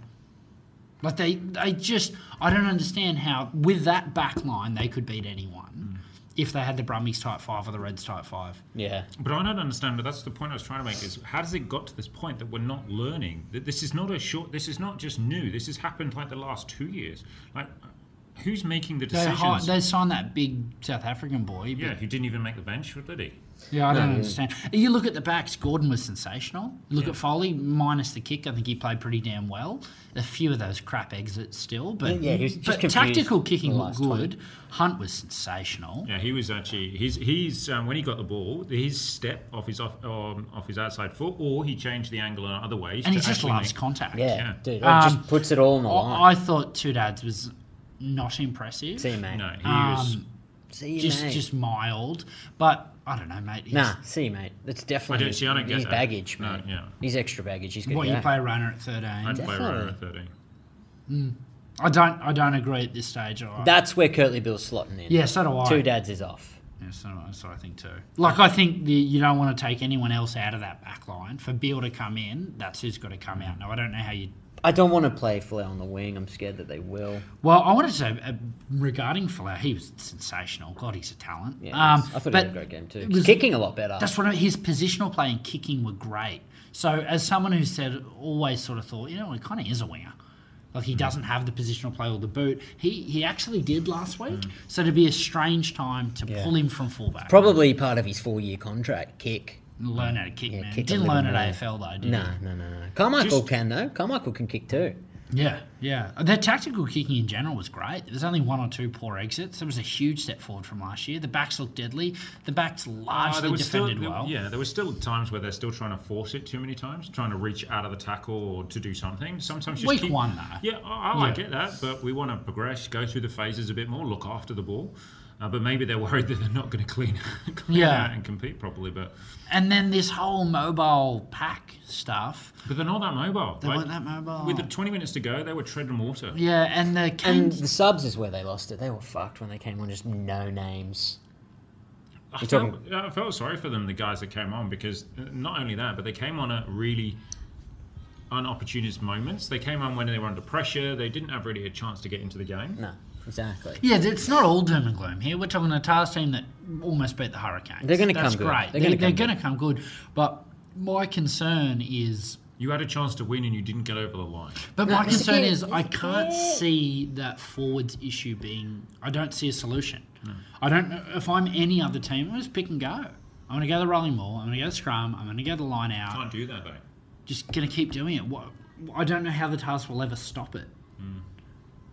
Like they, they just, I don't understand how with that back line they could beat anyone if they had the Brummies type five or the Reds type five. Yeah. But I don't understand. But that's the point I was trying to make: is how does it got to this point that we're not learning? That this is not a short. This is not just new. This has happened like the last two years. Like, who's making the They, decisions? hi- they signed that big South African boy. yeah, But, who didn't even make the bench, did he? yeah, I don't understand. You look at the backs. Gordon was sensational. You look at Foley, minus the kick. I think he played pretty damn well. A few of those crap exits still, but Yeah, yeah, he was just but confused tactical the kicking looked last good. Hunt was sensational. Yeah, he was actually he's he's um, when he got the ball, his step off his off um, off his outside foot, or he changed the angle in other ways. And he to just actually loves make- contact. Yeah, Yeah. dude. It Um, just puts it all on the line. I, I thought Two Dads was not impressive. See you, mate. No, he was. Um, See you, just mate. just mild. But I don't know, mate. He's, nah, see you, mate. That's definitely I don't see- I don't get he's that. baggage, No, mate. yeah. He's extra baggage. He's good. What to you go. play runner at I'd thirteen? play Definitely. Rara at thirteen. I don't. I don't agree at this stage. Or That's where Curtly Bill's slotting in. yeah, so do I. Two dads is off. Yeah, so, do I, so I think too. Like I think the, you don't want to take anyone else out of that back line. For Bill to come in, that's who's got to come out. Now I don't know how you. I don't want to play Flair on the wing. I'm scared that they will. Well, I wanted to say uh, regarding Flair, he was sensational. God, he's a talent. Yeah, um, I thought but he had a great game too. it was- Kicking a lot better. That's what I, his positional play and kicking were great. So as someone who said always sort of thought, you know, he kind of is a winger. Like he doesn't have the positional play or the boot. He he actually did last week. So to be a strange time to Yeah. pull him from fullback, Probably part of his four-year contract. Kick. learn how to kick. man, kick a didn't little learn at more. AFL though, did No, he? no, no, no. Carmichael Just- can though. Carmichael can kick too. Yeah, yeah. Their tactical kicking in general was great. There was only one or two poor exits. There was a huge step forward from last year. The backs looked deadly. The backs Uh, largely there was still, defended there- well. Yeah, there were still times where they're still trying to force it too many times, trying to reach out of the tackle or to do something. Sometimes just Week keep, one, though. Yeah, I, I like Yeah. it that, but we want to progress, go through the phases a bit more, look after the ball. Uh, but maybe they're worried that they're not going to clean, clean Yeah. out and compete properly. But And then this whole mobile pack stuff. but they're not that mobile. They Like, weren't that mobile. With the 20 minutes to go, they were treading water. Yeah, and the And Kings. the subs is where they lost it. They were fucked when they came on. Just no names. I You're felt, I felt sorry for them, the guys that came on, because uh, not only that, but they came on at really unopportunist moments. They came on when they were under pressure. They didn't have really a chance to get into the game. No, exactly. Yeah, it's not all doom and gloom here. We're talking a TARS team that almost beat the Hurricanes. They're gonna That's come good. great. They're They're, gonna they're come going to come good. But my concern is. You had a chance to win and you didn't get over the line. But my it's concern okay. is I It's can't okay. see that forwards issue being. I don't see a solution. Hmm. I don't. know If I'm any other team, I just pick and go. I'm going to go the rolling ball. I'm going to go the scrum. I'm going to go the line out. Can't do that, though. just going to keep doing it. What, I don't know how the task will ever stop it.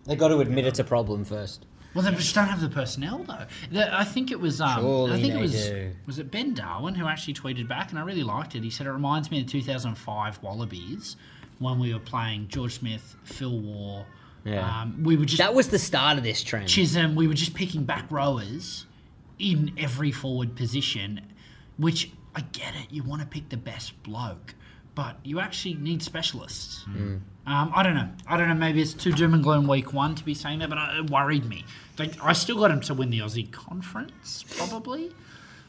They've got to admit it's a problem first. Well, they just don't have the personnel though. The, I think it was. Um, Surely I think they it was. do. Was it Ben Darwin who actually tweeted back, and I really liked it. He said it reminds me of 2005 Wallabies when we were playing George Smith, Phil War. Yeah. Um, we were just That was the start of this trend. Chisholm. um, We were just picking back rowers in every forward position, which I get it. You want to pick the best bloke, but you actually need specialists. Um, I don't know. I don't know. Maybe it's too doom and gloom week one to be saying that, but I, it worried me. They, I still got him to win the Aussie conference, probably,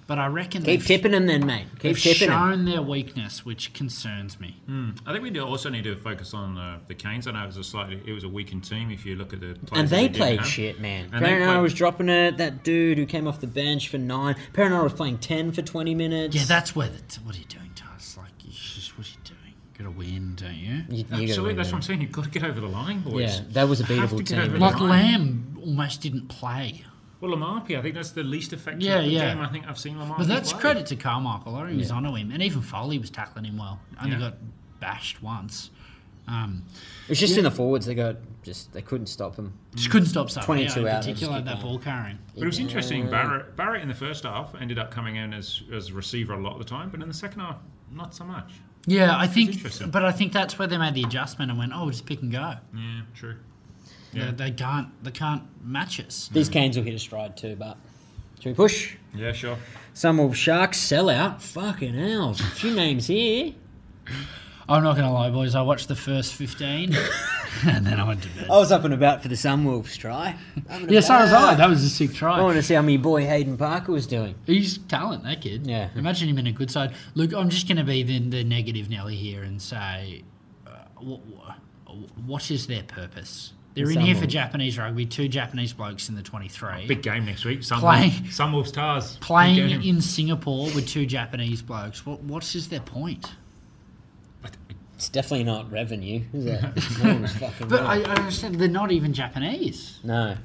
but I reckon Keep they've, tipping them then, mate. Keep they've tipping them. shown their weakness, which concerns me. Mm. I think we do also need to focus on uh, the Canes. I know it was a slightly it was a weakened team if you look at the players And that they did played have. shit, man. And they played- Perenara was dropping it. That dude who came off the bench for nine. Perenara was playing ten for twenty minutes. Yeah, that's where. The, what are you doing, Taz? Like, you just what are you doing? Got to win, don't you? You- you gotta Absolutely, win that's that. what I'm saying. You've got to get over the line, boys. Yeah, that was a Have to beatable get over team. the Like line. Lamb almost didn't play. Well, Lamarpe, I think that's the least effective Yeah, yeah. game I think I've seen Lamarpe. But that's play. credit to Carmichael. I he was onto him. And even Foley was tackling him well. Only Yeah. got bashed once. Um, It was just in the forwards. They got just they couldn't stop him. just couldn't stop Sutton. 22 yeah, in out, they particular, just that keep ball carrying. But it was interesting. Barrett, Barrett in the first half ended up coming in as as receiver a lot of the time, but in the second half, not so much. Yeah, I interesting. think. But I think that's where they made the adjustment and went, oh, just pick and go. Yeah, true. They- They, can't. They can't match us. These Canes will hit a stride too, but should we push? Yeah, sure. Some will sharks sell out. Fucking hell, a few names here. I'm not going to lie, boys. I watched the first 15, and then I went to bed. I was up and about for the Sunwolves try. yeah, so was I. That was a sick try. I want to see how my boy Hayden Parker was doing. He's talent, that kid. Yeah. Imagine him in a good side. Look, I'm just going to be the, the negative Nelly here and say, uh, what, what is their purpose? They're in here for Samuel. Japanese rugby. Two Japanese blokes in the 23. Oh, Big game next week. Sun Playing- Wolves- Sun Wolves Stars Big game. Playing in Singapore with two Japanese blokes. What what is their point? It's definitely not revenue, is it? Sunwolves fucking But win. I, I don't understand they're not even Japanese. no.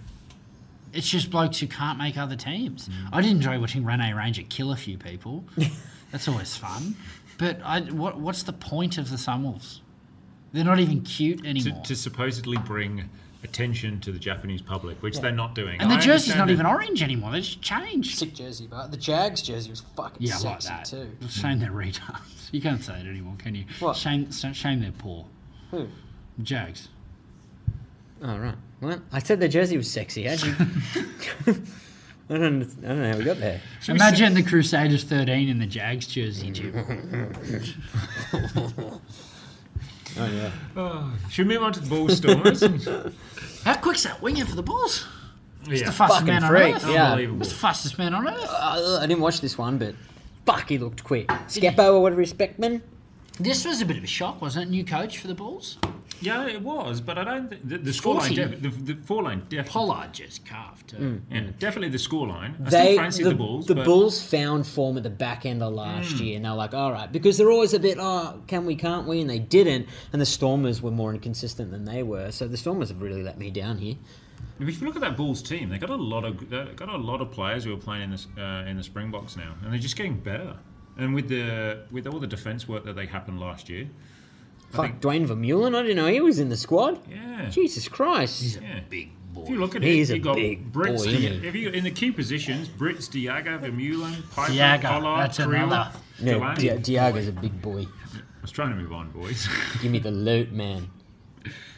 It's just blokes who can't make other teams. I did enjoy watching Rene Ranger kill a few people. That's always fun. But I, what, what's the point of the Sunwolves? They're not even cute to, anymore. to supposedly bring attention to the Japanese public, which they're not doing. and their I jersey's understand not that- even orange anymore. They just changed. Sick jersey, but the Jags jersey was fucking Yeah, I like sexy that. too. Shame they're retards. You can't say it anymore, can you? What? Shame, shame they're poor. Who? Jags. Oh, right. What? I said their jersey was sexy. How'd you... I, don't, I don't know how we got there. Imagine the Crusaders 13 in the Jags jersey, Jim. Oh, yeah. Should we move on to the Ball Stormers? yeah. How quick's that winger for the Bulls? He's the Fucking fastest man on freak, earth. yeah. Unbelievable. He's the fastest man on earth. Uh, I didn't watch this one, but fuck, he looked quick. Skepo or whatever, Speckman. This was a bit of a shock, wasn't it? New coach for the Bulls? Yeah, it was, but I don't think the, the 40. scoreline. Def- the, the foreline definitely. Pollard just carved. Mm. Yeah, definitely the scoreline. They, I still fancy the, the, Bulls. the but Hmm. Bulls found form at the back end of last year, and they're like, all right, because they're always a bit, oh, can we, can't we? And they didn't, and the Stormers were more inconsistent than they were, so the Stormers have really let me down here. If you look at that Bulls team, they got a lot of they got a lot of players who are playing in this uh, in the Springboks now, and they're just getting better. And with the with all the defense work that they happened last year, Fuck, Dwayne Vermeulen, I didn't know he was in the squad. yeah, Jesus Christ. yeah. Big boy. If you look at He it, is a you got big Brits. boy, Di- isn't he? if you in the key positions, Brits, Diaga, Vermeulen, Piper, Diaga, Pollard, that's Creel, another. No, Delaney. Di- Diaga's a big boy. I was trying to move on, boys. Give me the loot, man.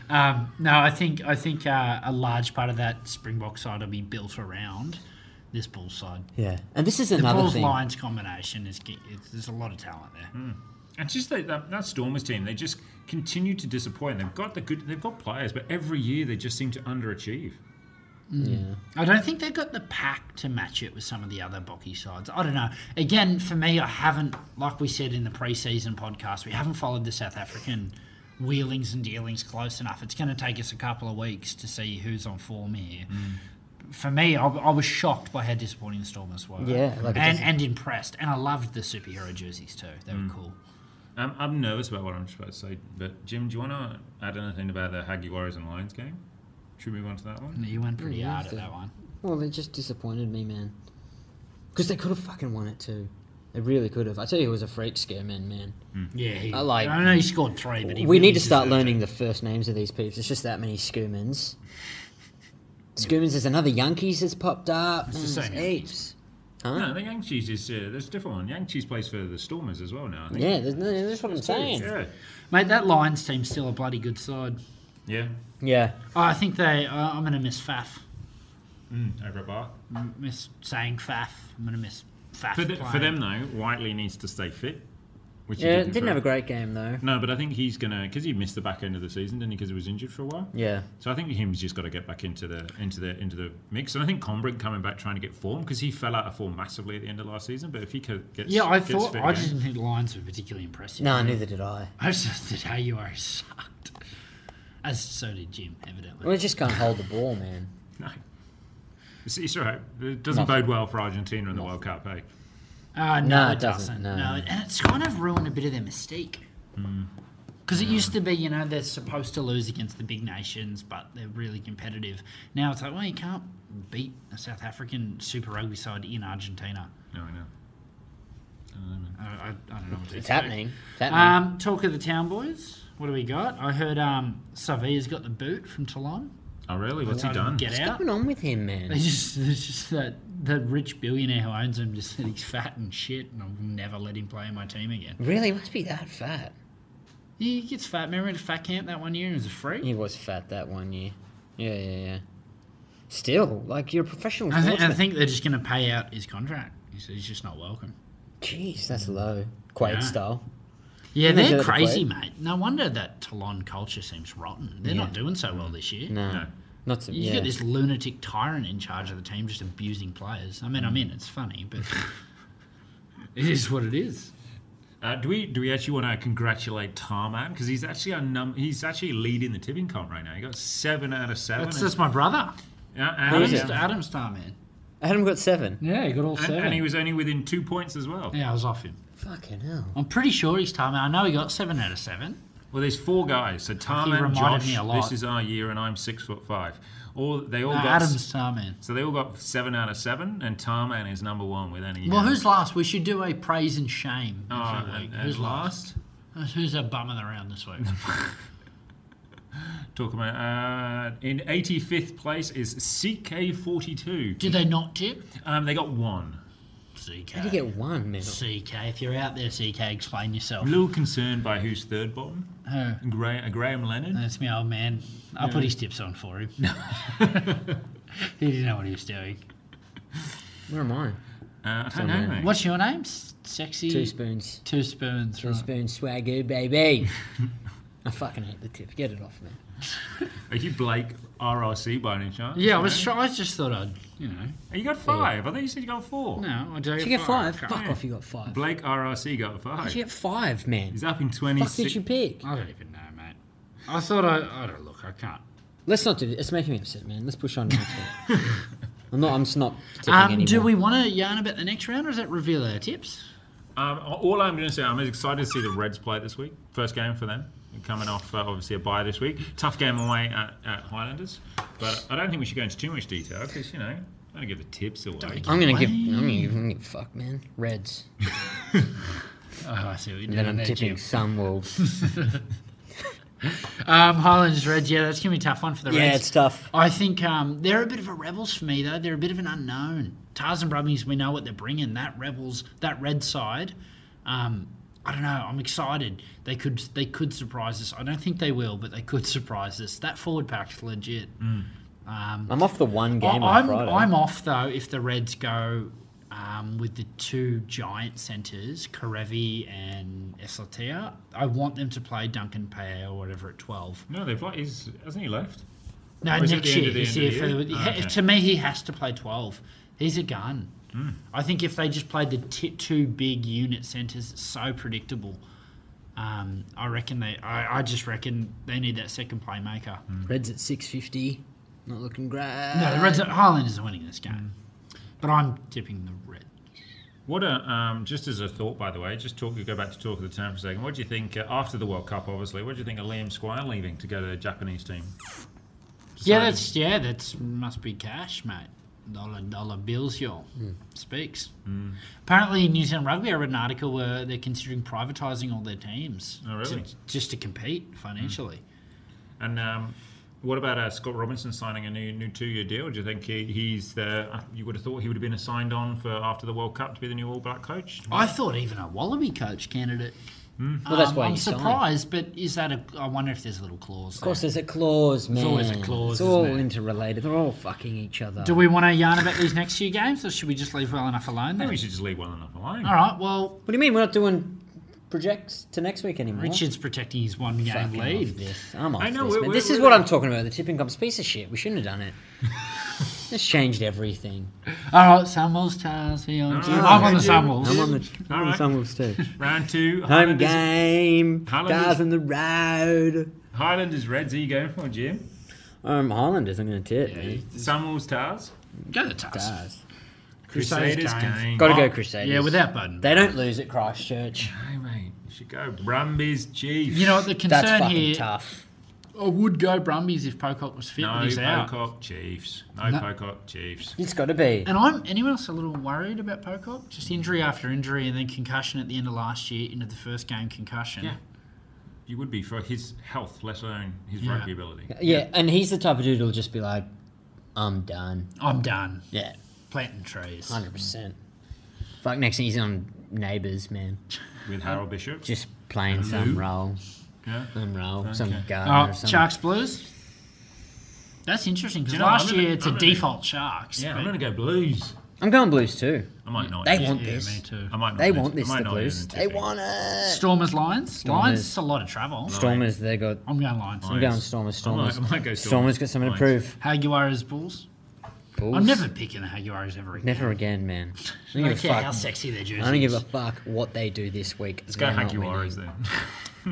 Um, no, I think I think uh, a large part of that Springbok side will be built around this Bull side. Yeah. And this is The another Bulls thing. Lions combination is ge- it's, there's a lot of talent there. and just that, that, that Stormers team, they just continue to disappoint. They've got the good, they've got players, but every year they just seem to underachieve. Yeah. I don't think they've got the pack to match it with some of the other Bocky sides. I don't know. Again, for me, I haven't, like we said in the preseason podcast, we haven't followed the South African wheelings and dealings close enough. It's going to take us a couple of weeks to see who's on form here. For me, I, I was shocked by how disappointing the Stormers were. Yeah, like it and, doesn't- and impressed. And I loved the superhero jerseys too. They were cool. I'm, Um, I'm nervous about what I'm just about to say, but Jim, do you want to add anything about the Haggy Warriors and Lions game? Should we move on to that one? You went pretty yeah, hard so- at that one. Well, they just disappointed me, man. Because they could have fucking won it too. They really could have. I tell you, it was a freak scareman, man. Yeah, he, I like- I know he scored three, but he we really need to start deserved learning the first names of these peeps. It's just that many Scoomans. Scoomans, there's another Yankees that's popped up. It's the Man, same there's Yankees. heaps. No, I think Yankees is uh, there's a different one. Yankees plays for the Stormers as well now. I think. Yeah, there's no, that's what I'm saying. Yeah. it. Mate, that Lions team's still a bloody good side. Yeah. Yeah. Oh, I think they. Uh, I'm gonna miss Faf. Mm, over at Bar. M- Miss saying Faf. I'm gonna miss Faf. For, the, playing. for them though, Whiteley needs to stay fit. Which he Yeah, didn't, didn't for- have a great game, though. No, but I think he's gonna because he missed the back end of the season, didn't he? Because he was injured for a while. Yeah. So I think him's just got to get back into the into the into the mix, and I think Combrink coming back trying to get form because he fell out of form massively at the end of last season. But if he could get Yeah, I gets thought. fit I again- just didn't think the Lions were particularly impressive. No, neither did I. I just said how you are sucked. As so did Jim, evidently. We just can't hold the ball, man. no, it's, it's all right. It doesn't Nothing. bode well for Argentina in the World Cup, eh? Uh, no, No, it it doesn't. doesn't, No. no. it- and it's kind of ruined a bit of their mystique. Hmm. Because it used to be, you know, they're supposed to lose against the big nations, but they're really competitive. Now it's like, well, you can't beat a South African Super Rugby side in Argentina. No, I know. I, I, I don't know what to It's say. happening. It's happening. Um, talk of the town boys. What do we got? I heard um, Savia's got the boot from Toulon. Oh really? What's he Um, done? Get What's out. going on with him, They man? just, there's just that, that rich billionaire who owns him just said he's fat and shit, and I'll never let him play in my team again. Really, must be that fat. He gets fat. Remember at fat camp that one year and he was a freak? He was fat that one year. Yeah, yeah, yeah. Still, like you're a professional I, think, I sportsman. think they're just going to pay out his contract. He's, he's just not welcome. Jeez, that's low. Quaid Yeah. style. Yeah, Didn't they do they're that to crazy, mate. No wonder that Toulon culture seems rotten. They're Yeah. not doing so well this year. No, No. not so. You Yeah. get this lunatic tyrant in charge of the team just abusing players. I mean, I mean, it's funny, but it is what it is. Uh, do we do we actually want to congratulate Tarman because he's actually our num- he's actually leading the tipping comp right now. He got seven out of seven. That's, And- that's my brother, yeah, and, Adam, is yeah. it? Star, Adam Starman. Adam got seven. Yeah, he got all and, and he was only within two points as well. yeah, I was off him. Fucking hell. I'm pretty sure he's Tarman. I know he got seven out of seven. Well, there's four guys. So Tarman, reminded Josh, me a lot. Uh, this is our year, and I'm six foot five. All they all No, got. Adam Starman. So they all got seven out of seven, and Tarman is number one with any. Well, who's last? We should do a praise and shame Oh, every week. and- and who's last? Uh, Who's our bum of the round this week? talking about? Uh, in 85th place is CK42. Did they not tip? Um, they got one. CK. How do you get one, man? CK. If you're out there, CK, explain yourself. A little concerned by who's third bottom. Oh, Gra- uh, Graham Lennon. that's my old man. I put his tips on for him. he didn't know what he was doing. Where am I? Uh, I don't know, mate. What's your name? S- Sexy. Two spoons. Two spoons. Two right. spoons swagger, baby. I fucking hate the tip. Get it off, man. Are you Blake RRC by any chance? Yeah, I was. No? Sure, I just thought I'd, you know. Oh, You got five. I thought you said you got four. No, I do. Did you get five? Fuck Okay. off, you got five. Did Blake RRC got five. you get five, man? He's up in Fuck did 26. you pick? I don't even know, mate. I thought I. I don't look. I can't. Let's not do this. It's making me upset, man. Let's push on to the next one. I'm not. I'm just not. tipping Um, do anymore. we want to yarn about the next round, or is that reveal our tips? Um, all I'm going to say, I'm excited to see the Reds play this week. First game for them. Coming off, uh, obviously, a bye this week. Tough game away at, at Highlanders. But I don't think we should go into too much detail because, you know, I don't give the tips away. I'm gonna give. I'm gonna give. I'm gonna give fuck, man. Reds. Oh, I see what you're And doing then I'm there, tipping Jim. some wolves. Um, Highlanders Reds, yeah, that's gonna be a tough one for the yeah, Reds. it's tough. I think um, they're a bit of a rebels for me though. They're a bit of an unknown. Tars and Brummies, we know what they're bringing. That rebels, that red side. Um, I don't know. I'm excited. They could they could surprise us. I don't think they will, but they could surprise us. That forward pack's legit. Um, I'm off the one Mm. game I- on I'm, Friday. I'm off though if the Reds go um, with the two giant centres, Karevi and Eslatia. I want them to play Duncan Pay or whatever at twelve. No, they've like, he's, hasn't he left? No, Or is it next the end year. of the you end see, of the if year? they- Ah, okay. Hmm. to me he has to play twelve. He's a gun. I think if they just played the t- two big unit centres, it's so predictable. Um, I reckon they. I, I just reckon they need that second playmaker. Hmm. Reds at 650. Not looking great. No, the Reds. Highlanders are winning this game, Hmm. but I'm tipping the Reds. What a um, just as a thought, by the way, just talk. Go back to talk of the town for a second. What do you think uh, after the World Cup? Obviously, what do you think of Liam Squire leaving to go to the Japanese team? Yeah, Decided- that's yeah, that's must be cash, mate. dollar dollar bills, y'all. Hmm. Speaks. Apparently, in New Zealand Rugby, I read an article where they're considering privatising all their teams. Oh, really? to- just to compete financially. And um, what about uh, Scott Robinson signing a new new two year deal? Do you think he, he's the? uh, You would have thought he would have been assigned on for after the World Cup to be the new All Black coach. Hmm. I thought even a Wallaby coach candidate. um, Well, that's why I'm you signed. surprised, but is that a? I wonder if there's a little clause. Of course, there's a clause, man. always a clause, It's all isn't it? interrelated. They're all fucking each other. Do we want to yarn about these next few games, or should we just leave well enough alone? I Then? think we should just leave well enough alone. All right. Well, What do you mean we're not doing projects to next week anymore? Richard's protecting his one game Fucking off lead. this. I'm off I know, this. we're- man. we're- this is we're- what I'm talking about. The tipping comp's a piece of shit. We shouldn't have done it. this changed everything. All right. Samuels, Charles, he on. right, I'm on the thank you. Samuels. Ah, I'm on the, All I'm on the right. Sunwolves too. Round two. Home Highlanders, game. Highlanders- Stars on the road. Highlanders Reds. Are you going for Jim? Um, Highlanders, I'm going to tip. man. Samuel's Tars. Go to Tars. Stars. Crusaders Crusaders Games. game. Got to go Oh, Crusaders. Yeah, without Button. They don't lose at Christchurch. Hey mate, you should go Brumbies Chiefs. You know what the concern That's fucking here? tough. I would go Brumbies if Pocock was fit, no but he's out. Pocock Chiefs. No, No. Pocock Chiefs. It's got to be. And I'm anyone else a little worried about Pocock? Just injury after injury, and then concussion at the end of last year into the first game concussion. Yeah. You would be for his health, let alone his Yeah. rugby ability. Yeah, and he's the type of dude who'll just be like, I'm done. I'm done Yeah, planting trees. 100%. Fuck, next thing he's on Neighbours, man. With Harold Bishop. Just playing some Lou? role. Yeah. Some role. Some Okay. guy Oh, or something. Sharks Blues. That's interesting because Do you know, last I'm gonna- year it's I'm a gonna- default Sharks. Yeah, but- I'm gonna go Blues. I'm going Blues too. I might not. They even- want yeah, this. me too. I might not. They even- want I this, might the not even Blues. They tipping. want it. Stormers Lions. Lions Stormers. is a lot of travel. Stormers, they got. I'm going Lions. I'm Lions. going Stormers, I might- Stormers. I might go Stormers got something to Stormers. prove. Haguaras Bulls. Bulls. I'm never picking the Haguaras ever again. Never again, man. I I don't don't give a care how fuck. sexy their jerseys. I don't give a fuck what they do this week. Let's go Haguaras then.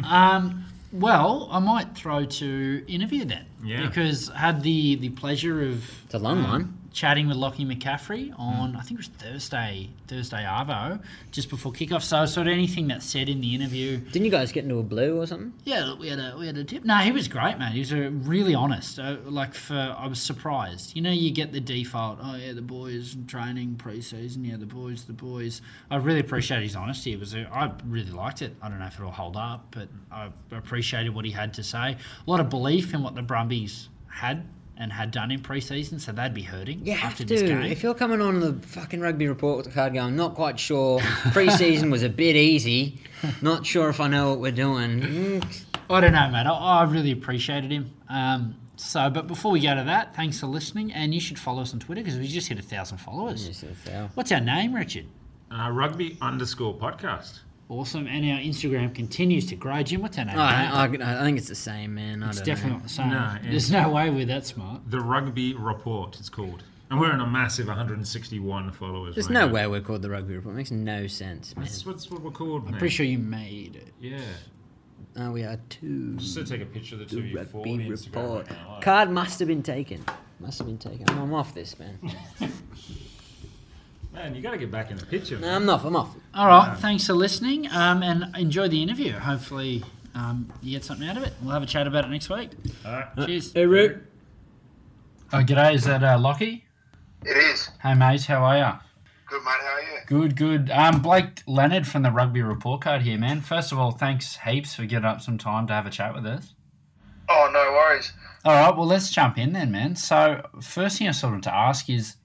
Um, well, I might throw to interview then. Yeah. Because I had the, the pleasure of It's a Um, long one. chatting with Lockie McCaffrey on I think it was Thursday Thursday Arvo just before kickoff. So sort of anything that's said in the interview. Didn't you guys get into a blue or something? Yeah, look, we had a we had a tip. No, he was great, man. He was a really honest. Uh, like for I was surprised. You know, you get the default. Oh yeah, the boys in training preseason. Yeah, the boys, the boys. I really appreciate his honesty. It was a, I really liked it. I don't know if it'll hold up, but I appreciated what he had to say. A lot of belief in what the Brumbies had and had done in preseason, so they'd be hurting You have after to. this game. If you're coming on the fucking rugby report with the card going, not quite sure. Preseason was a bit easy. Not sure if I know what we're doing. Mm, I don't know, mate. I, I really appreciated him. Um, so, but before we go to that, thanks for listening, and you should follow us on Twitter because we just hit a thousand followers. just a foul. What's our name, Richard? Uh, rugby underscore podcast. Awesome, and our Instagram continues to grow. Jim, what's our name? I, I, I think it's the same, man. I it's don't definitely know. not the same. No, it There's no way we're that smart. The Rugby Report, it's called. And we're on a massive 161 followers. There's right no now. way we're called the rugby report. It makes no sense, man. That's, that's what we're called, man. Pretty sure you made it. Yeah. Oh, we are two. Just to take a picture of the two of you for the Rugby Instagram. report. right now, like- Card must have been taken. Must have been taken. I'm- I'm off this, man. Man, you got to get back in the picture. No, I'm off. I'm off. All right, thanks for listening, um, and enjoy the interview. Hopefully, um, you get something out of it. We'll have a chat about it next week. All right. Cheers. Uh, Hey, Root. Oh, g'day. Is that uh, Lockie? It is. Hey, mate. How are you? Good, mate. How are you? Good, good. Um, Blake Leonard from the Rugby Report Card here, man. First of all, thanks heaps for getting up some time to have a chat with us. Oh, no worries. All right, well, let's jump in then, man. So, first thing I sort of to ask is,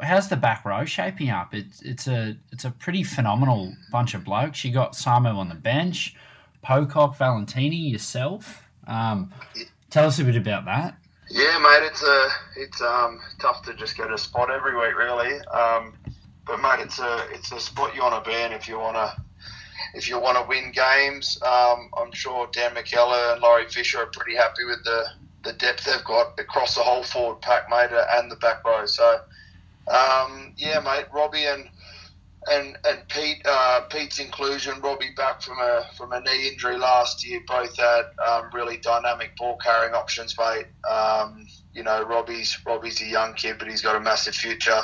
how's the back row shaping up? It's it's a it's a pretty phenomenal bunch of blokes. You got Samo on the bench, Pocock, Valentini, yourself. Um, tell us a bit about that. Yeah, mate. It's a it's um tough to just get a spot every week, really. Um, but mate, it's a it's a spot you want to be in if you want to if you want to win games. Um, I'm sure Dan McKellar and Laurie Fisher are pretty happy with the the depth they've got across the whole forward pack, mate, and the back row. So, um, yeah, mate. Robbie and and and Pete uh, Pete's inclusion, Robbie back from a from a knee injury last year. Both had um, really dynamic ball carrying options, mate. Um, you know, Robbie's Robbie's a young kid, but he's got a massive future.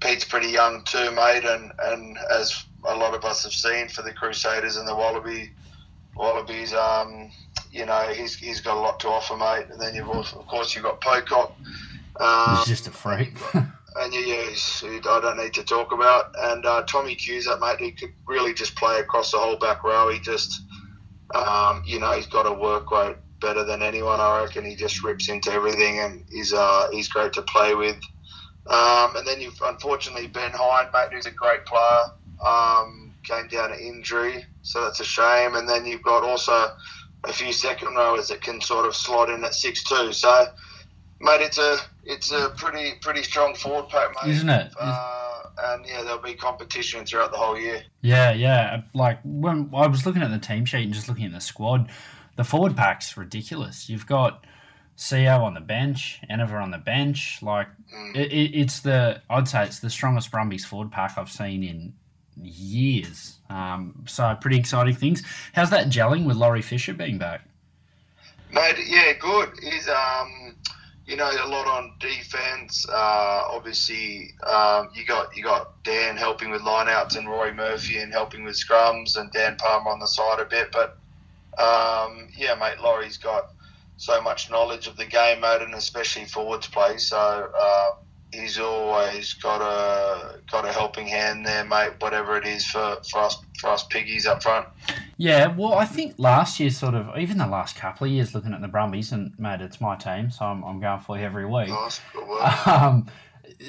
Pete's pretty young too, mate, and and as a lot of us have seen for the Crusaders and the Wallaby Wallabies, um, you know, he's he's got a lot to offer, mate. And then you've also, of course you've got Pocock. Um, He's just a freak. and you use, who I don't need to talk about. And uh, Tommy Hughes, that mate, he could really just play across the whole back row. He just, um, you know, he's got a work rate better than anyone, I reckon. He just rips into everything and he's, uh, he's great to play with. Um, and then you've unfortunately Ben Hind, mate, who's a great player, um, came down to injury, so that's a shame. And then you've got also a few second rowers that can sort of slot in at six two. So, mate, it's a it's a pretty pretty strong forward pack, mate, Isn't it? Uh, and yeah, there'll be competition throughout the whole year. Yeah, yeah. Like when I was looking at the team sheet and just looking at the squad, the forward pack's ridiculous. You've got CO on the bench, Enver on the bench. Like it, it, it's the I'd say it's the strongest Brumbies forward pack I've seen in years. Um, so pretty exciting things. How's that gelling with Laurie Fisher being back? Mate, yeah, good. He's um, you know, a lot on defense. Uh, obviously, um, you got you got Dan helping with lineouts and Roy Murphy and helping with scrums and Dan Palmer on the side a bit. But um, yeah, mate, Laurie's got so much knowledge of the game, mate, and especially forwards play. So uh, he's always got a got a helping hand there, mate. Whatever it is for, for us for us piggies up front. Yeah, well, I think last year, sort of, even the last couple of years, looking at the Brumbies, and mate, it's my team, so I'm, I'm going for you every week. Nice, good work. um,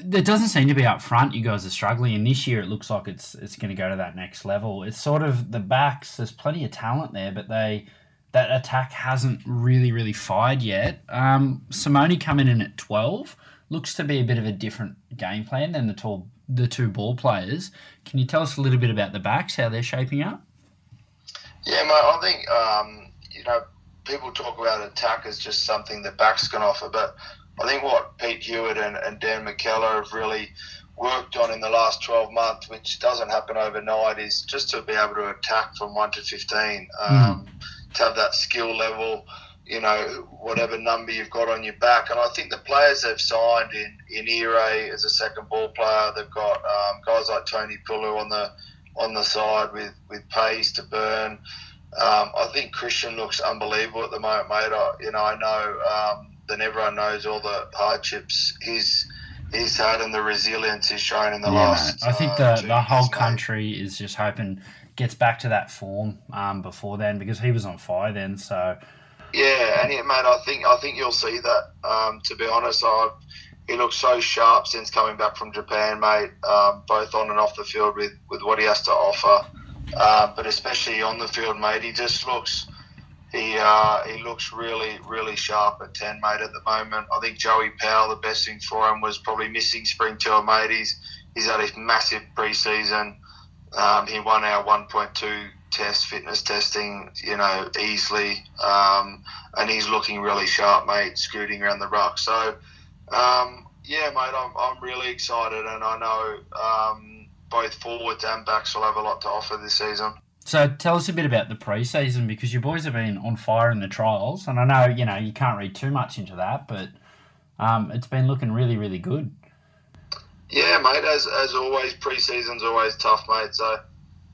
there doesn't seem to be up front. You guys are struggling, and this year it looks like it's it's going to go to that next level. It's sort of the backs. There's plenty of talent there, but they that attack hasn't really really fired yet. Um, Simone coming in at twelve looks to be a bit of a different game plan than the tall the two ball players. Can you tell us a little bit about the backs, how they're shaping up? Yeah, mate, I think, um, you know, people talk about attack as just something the backs can offer, but I think what Pete Hewitt and, and Dan McKellar have really worked on in the last 12 months, which doesn't happen overnight, is just to be able to attack from 1 to 15, um, to have that skill level, you know, whatever number you've got on your back. And I think the players they've signed in, in Ire as a second ball player, they've got um, guys like Tony Pulu on the on the side with, with pace to burn. Um, I think Christian looks unbelievable at the moment, mate. I, you know, I know um, that everyone knows all the hardships he's he's had and the resilience he's shown in the Yeah, last. mate. I think uh, the, two the whole years, mate. country is just hoping gets back to that form um, before then because he was on fire then. So Yeah, and yeah, mate, I think I think you'll see that. Um, to be honest, I he looks so sharp since coming back from Japan, mate. Um, both on and off the field with with what he has to offer, uh, but especially on the field, mate. He just looks. He, uh, he looks really, really sharp at 10, mate, at the moment. I think Joey Powell, the best thing for him was probably missing spring tour, mate. He's, he's had his massive preseason. Um, he won our 1.2 test fitness testing, you know, easily. Um, and he's looking really sharp, mate, scooting around the ruck. So, um, yeah, mate, I'm, I'm really excited, and I know um, both forwards and backs will have a lot to offer this season. so tell us a bit about the preseason because your boys have been on fire in the trials, and I know you know you can't read too much into that, but um, it's been looking really really good. Yeah, mate. As as always, preseason's always tough, mate. So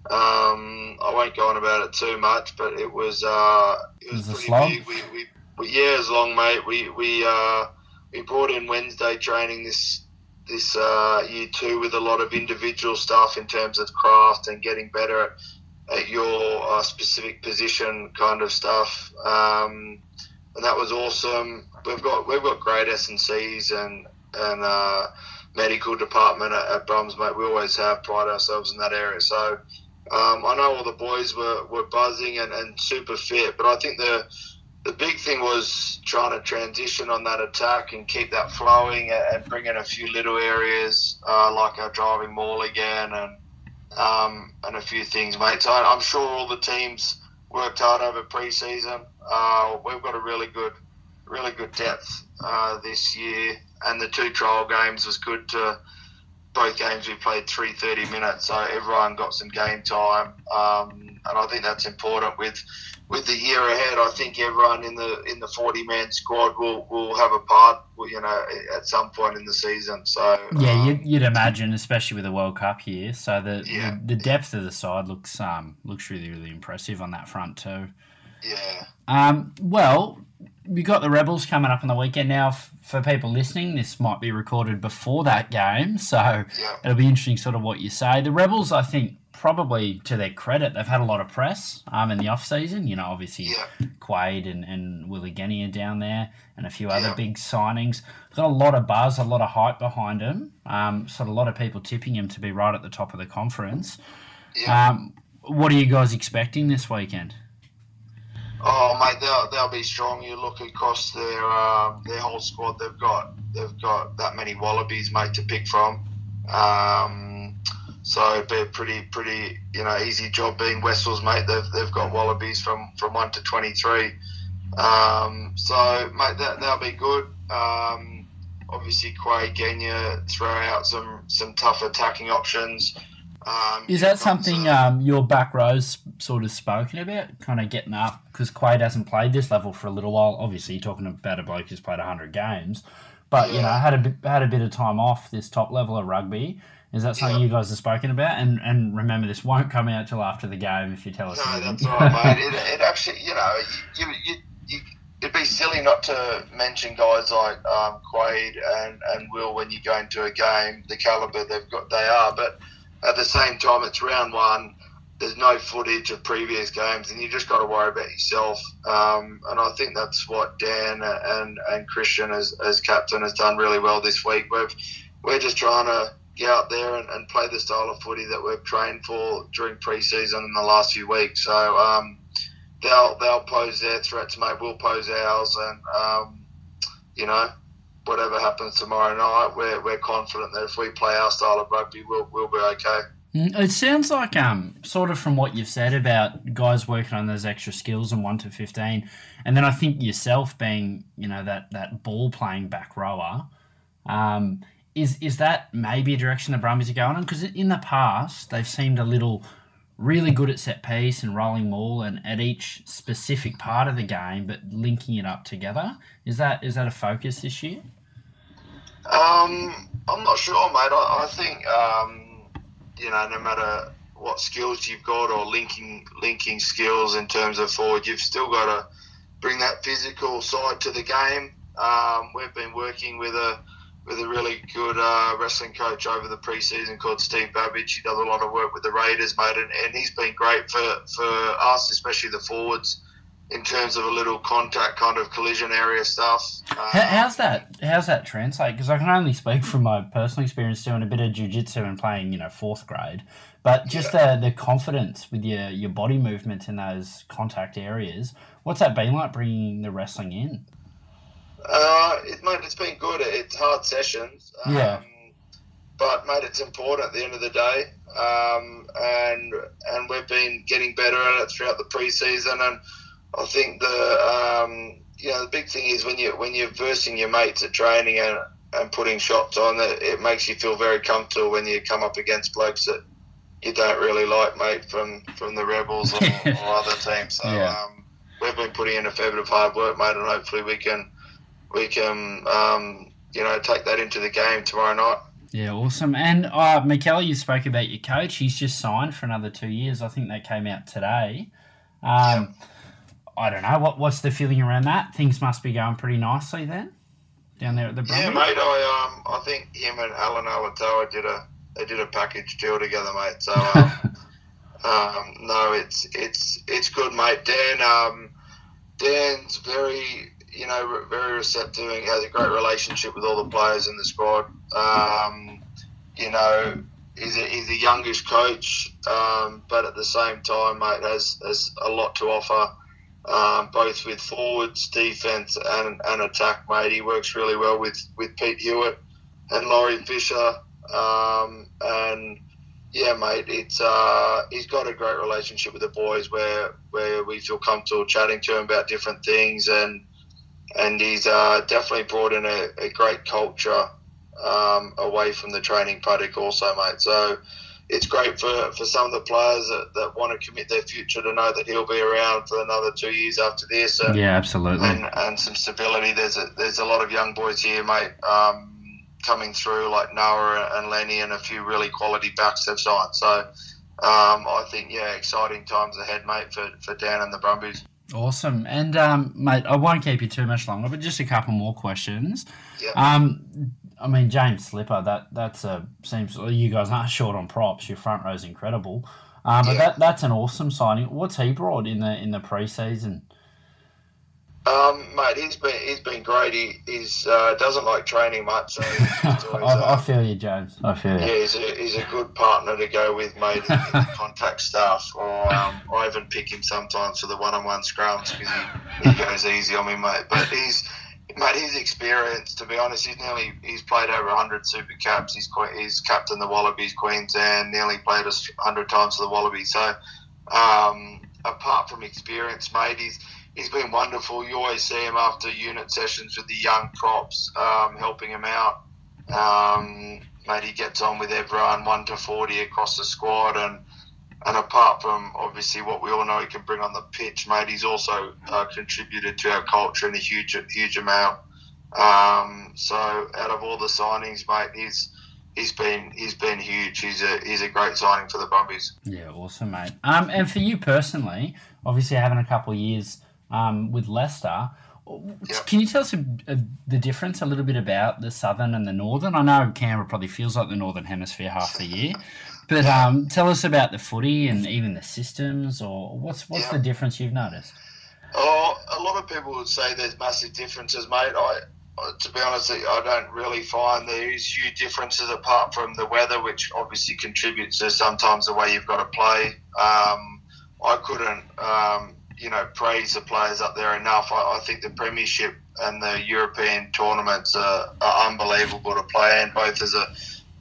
um, I won't go on about it too much, but it was uh, it was It was a pretty slog. big. We, we, we yeah, it was long, mate. We we uh, we brought in Wednesday training this this uh, year too with a lot of individual stuff in terms of craft and getting better at, at your uh, specific position kind of stuff. Um, and that was awesome. We've got we've got great S and C's and and uh, medical department at, at Brums, mate. We always have pride ourselves in that area. So um, I know all the boys were, were buzzing and, and super fit, but I think the the big thing was trying to transition on that attack and keep that flowing and, and bring in a few little areas uh, like our driving maul again and um, and a few things, mate. So I- I'm sure all the teams worked hard over pre-season. Uh, we've got a really good, really good depth uh, this year, and the two trial games was good. To both games we played three 30 minutes, so everyone got some game time, um, and I think that's important with. With the year ahead, I think everyone in the in the forty man squad will, will have a part, you know, at some point in the season. So Yeah, um, you'd, you'd imagine, especially with the World Cup here. So the, Yeah. the the depth of the side looks um looks really really impressive on that front too. yeah. Um, well, we got the Rebels coming up on the weekend now. F- for people listening, this might be recorded before that game, so Yeah. it'll be interesting, sort of what you say. The Rebels, I think, probably to their credit, they've had a lot of press um, in the off season. You know, obviously Yeah. Quade and, and Willie Genny are down there, and a few other Yeah. big signings. Got a lot of buzz, a lot of hype behind him. Um, sort of a lot of people tipping him to be right at the top of the conference. Yeah. Um, what are you guys expecting this weekend? Oh mate, they'll, they'll be strong. You look across their um, their whole squad. They've got they've got that many wallabies mate to pick from. Um, so it'd be a pretty pretty you know easy job being Wessels mate. They've, they've got wallabies from, from one to twenty three. Um, so mate, that they'll be good. Um, obviously, Quay Genya throw out some some tough attacking options. Um, Is that something um, your back row's sort of spoken about, kind of getting up? Because Quade hasn't played this level for a little while. Obviously, you're talking about a bloke who's played 100 games, but you know Yeah. had a bit- had a bit of time off this top level of rugby. Is that something Yeah. you guys have spoken about? And and remember, this won't come out till after the game if you tell us. No, anything. that's all right, mate. It, it actually, you know, you, you, you, it'd be silly not to mention guys like um, Quaid and, and Will when you go into a game, the caliber they've got, they are. But at the same time, it's round one. There's no footage of previous games, and you just got to worry about yourself. Um, and I think that's what Dan and, and Christian, as, as captain, has done really well this week. We've, we're just trying to get out there and, and play the style of footy that we've trained for during pre-season in the last few weeks. So um, they'll they'll pose their threats, mate. We'll pose ours, and um, you know whatever happens tomorrow night, we're, we're confident that if we play our style of rugby, we'll, we'll be okay. Mm, It sounds like um sort of from what you've said about guys working on those extra skills and one to fifteen, and then I think yourself being you know that that ball playing back rower, um, is is that maybe a direction the Brumbies are going in? Because in the past they've seemed a little really good at set piece and rolling maul and at each specific part of the game, but linking it up together. Is that is that a focus this year? Um, I'm not sure, mate. I, I think um, you know, no matter what skills you've got or linking linking skills in terms of forward, you've still got to bring that physical side to the game. Um, we've been working with a with a really good uh, wrestling coach over the preseason called Steve Babbage. He does a lot of work with the Raiders, mate, and, and he's been great for, for us, especially the forwards, in terms of a little contact kind of collision area stuff. Um, How, how's that? How's that translate? Because I can only speak from my personal experience doing a bit of jujitsu and playing, you know, fourth grade. But just the the confidence with your your body movement in those contact areas. What's that been like bringing the wrestling in? Uh, it, mate, it's been good. It's hard sessions. Um, Yeah. But mate, it's important at the end of the day, um, and and we've been getting better at it throughout the preseason. And I think the um, you know the big thing is when you when you're versing your mates at training and and putting shots on, it, it makes you feel very comfortable when you come up against blokes that you don't really like, mate, from from the rebels or, or other teams. So Yeah. um, we've been putting in a fair bit of hard work, mate, and hopefully we can we can um, you know take that into the game tomorrow night. Yeah, awesome. And uh, Mikel, you spoke about your coach. He's just signed for another two years. I think that came out today. Um, I don't know what what's the feeling around that. Things must be going pretty nicely then, down there at the Brumbies. Yeah, mate. I um, I think him and Alan Alatoa did a they did a package deal together, mate. So um, um, no, it's it's it's good, mate. Dan um, Dan's very you know re- very receptive and has a great relationship with all the players in the squad. Um, you know, he's a, he's the youngest coach, um, but at the same time, mate, has has a lot to offer um, both with forwards, defence, and, and attack, mate. He works really well with, with Pete Hewitt and Laurie Fisher. Um, and yeah, mate, it's uh, he's got a great relationship with the boys where where we feel comfortable chatting to him about different things, and and he's uh, definitely brought in a, a great culture um, away from the training paddock, also, mate. So. It's great for, for some of the players that, that want to commit their future to know that he'll be around for another two years after this. And, Yeah, absolutely. and, and some stability. There's a, there's a lot of young boys here, mate, um, coming through like Noah and Lenny and a few really quality backs they've signed. So um, I think yeah, exciting times ahead, mate, for, for Dan and the Brumbies. Awesome. And, um, mate, I won't keep you too much longer, but just a couple more questions. Yep. Um, I mean, James Slipper, that that's a seems oh, you guys aren't short on props. Your front row's incredible, um, but Yeah. that that's an awesome signing. What's he brought in the in the preseason? Um, mate, he's been he's been great. He he's, uh, doesn't like training much, so he's always, I, I uh, feel you, James. I feel yeah, you. he's a, he's a good partner to go with, mate. In the contact stuff, or um, I even pick him sometimes for the one-on-one scrums because he, he goes easy on me, mate. But he's mate, his experience, to be honest, he's nearly he's played over hundred Super Cups. He's que- he's captain the Wallabies Queensland, nearly played us hundred times for the Wallabies. So um, apart from experience, mate, he's he's been wonderful. You always see him after unit sessions with the young props, um, helping him out. Um, mate, he gets on with everyone, one to forty across the squad, and and apart from obviously what we all know he can bring on the pitch, mate, he's also uh, contributed to our culture in a huge huge amount. Um, so out of all the signings, mate, he's he's been he's been huge. He's a he's a great signing for the Brumbies. Yeah, awesome, mate. Um, and for you personally, obviously having a couple of years um, with Leicester, can you tell us a, a, the difference a little bit about the southern and the northern? I know Canberra probably feels like the northern hemisphere half the year, but um, tell us about the footy and even the systems, or what's what's Yeah. the difference you've noticed? Oh, a lot of people would say there's massive differences, mate. I, I- to be honest, I don't really find there is huge differences apart from the weather, which obviously contributes to sometimes the way you've got to play. Um, I couldn't, um, you know, praise the players up there enough. I, I think the Premiership and the European tournaments are, are unbelievable to play in, both as a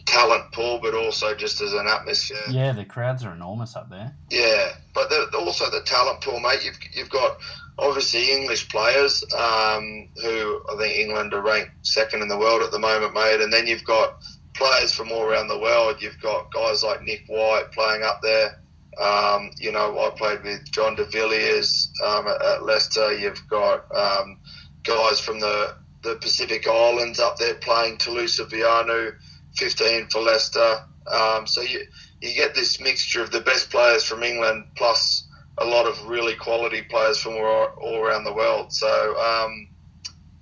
talent pool, but also just as an atmosphere. Yeah, the crowds are enormous up there. Yeah, but the, the- also the talent pool, mate. You've, you've got obviously English players um, who I think England are ranked second in the world at the moment, mate. And then you've got players from all around the world. You've got guys like Nick White playing up there. Um, you know, I played with John de Villiers um, at, at Leicester. You've got um, guys from the, the Pacific Islands up there playing Toulouse Vianu, 15 for Leicester. Um, so you, you get this mixture of the best players from England plus a lot of really quality players from all, all around the world. So um,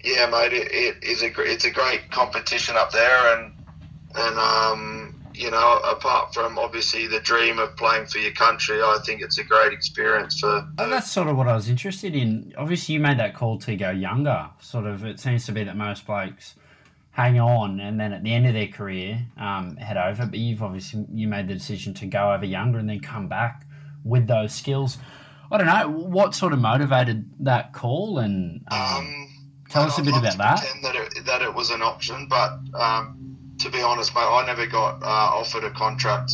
yeah, mate, it, it is a gr- it's a great competition up there, and and um, you know, apart from obviously the dream of playing for your country, I think it's a great experience for. Oh, that's sort of what I was interested in. Obviously, you made that call to go younger. Sort of, it seems to be that most blokes hang on and then at the end of their career um, head over. But you've obviously you made the decision to go over younger and then come back with those skills. I don't know what sort of motivated that call, and um, Um, tell and us a I'd bit love about to that. pretend That it, that it was an option, but um, to be honest, mate, I never got uh, offered a contract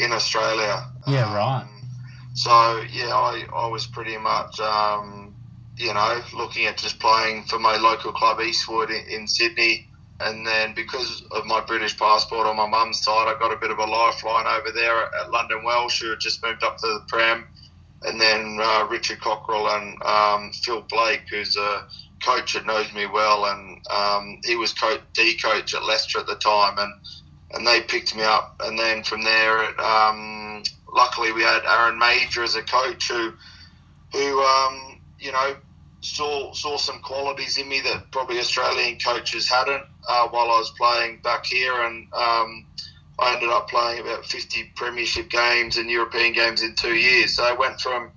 in Australia. Yeah, right. Um, So yeah, I, I was pretty much um, you know looking at just playing for my local club Eastwood in, in Sydney, and then because of my British passport on my mum's side, I got a bit of a lifeline over there at, at London Welsh, who had just moved up to the Prem, and then uh, Richard Cockrell and um, Phil Blake, who's a coach that knows me well, and um, he was co D coach at Leicester at the time, and and they picked me up. And then from there, it, um, luckily we had Aaron Major as a coach who, who um, you know, saw saw some qualities in me that probably Australian coaches hadn't uh, while I was playing back here, and um, I ended up playing about 50 Premiership games and European games in two years. So I went from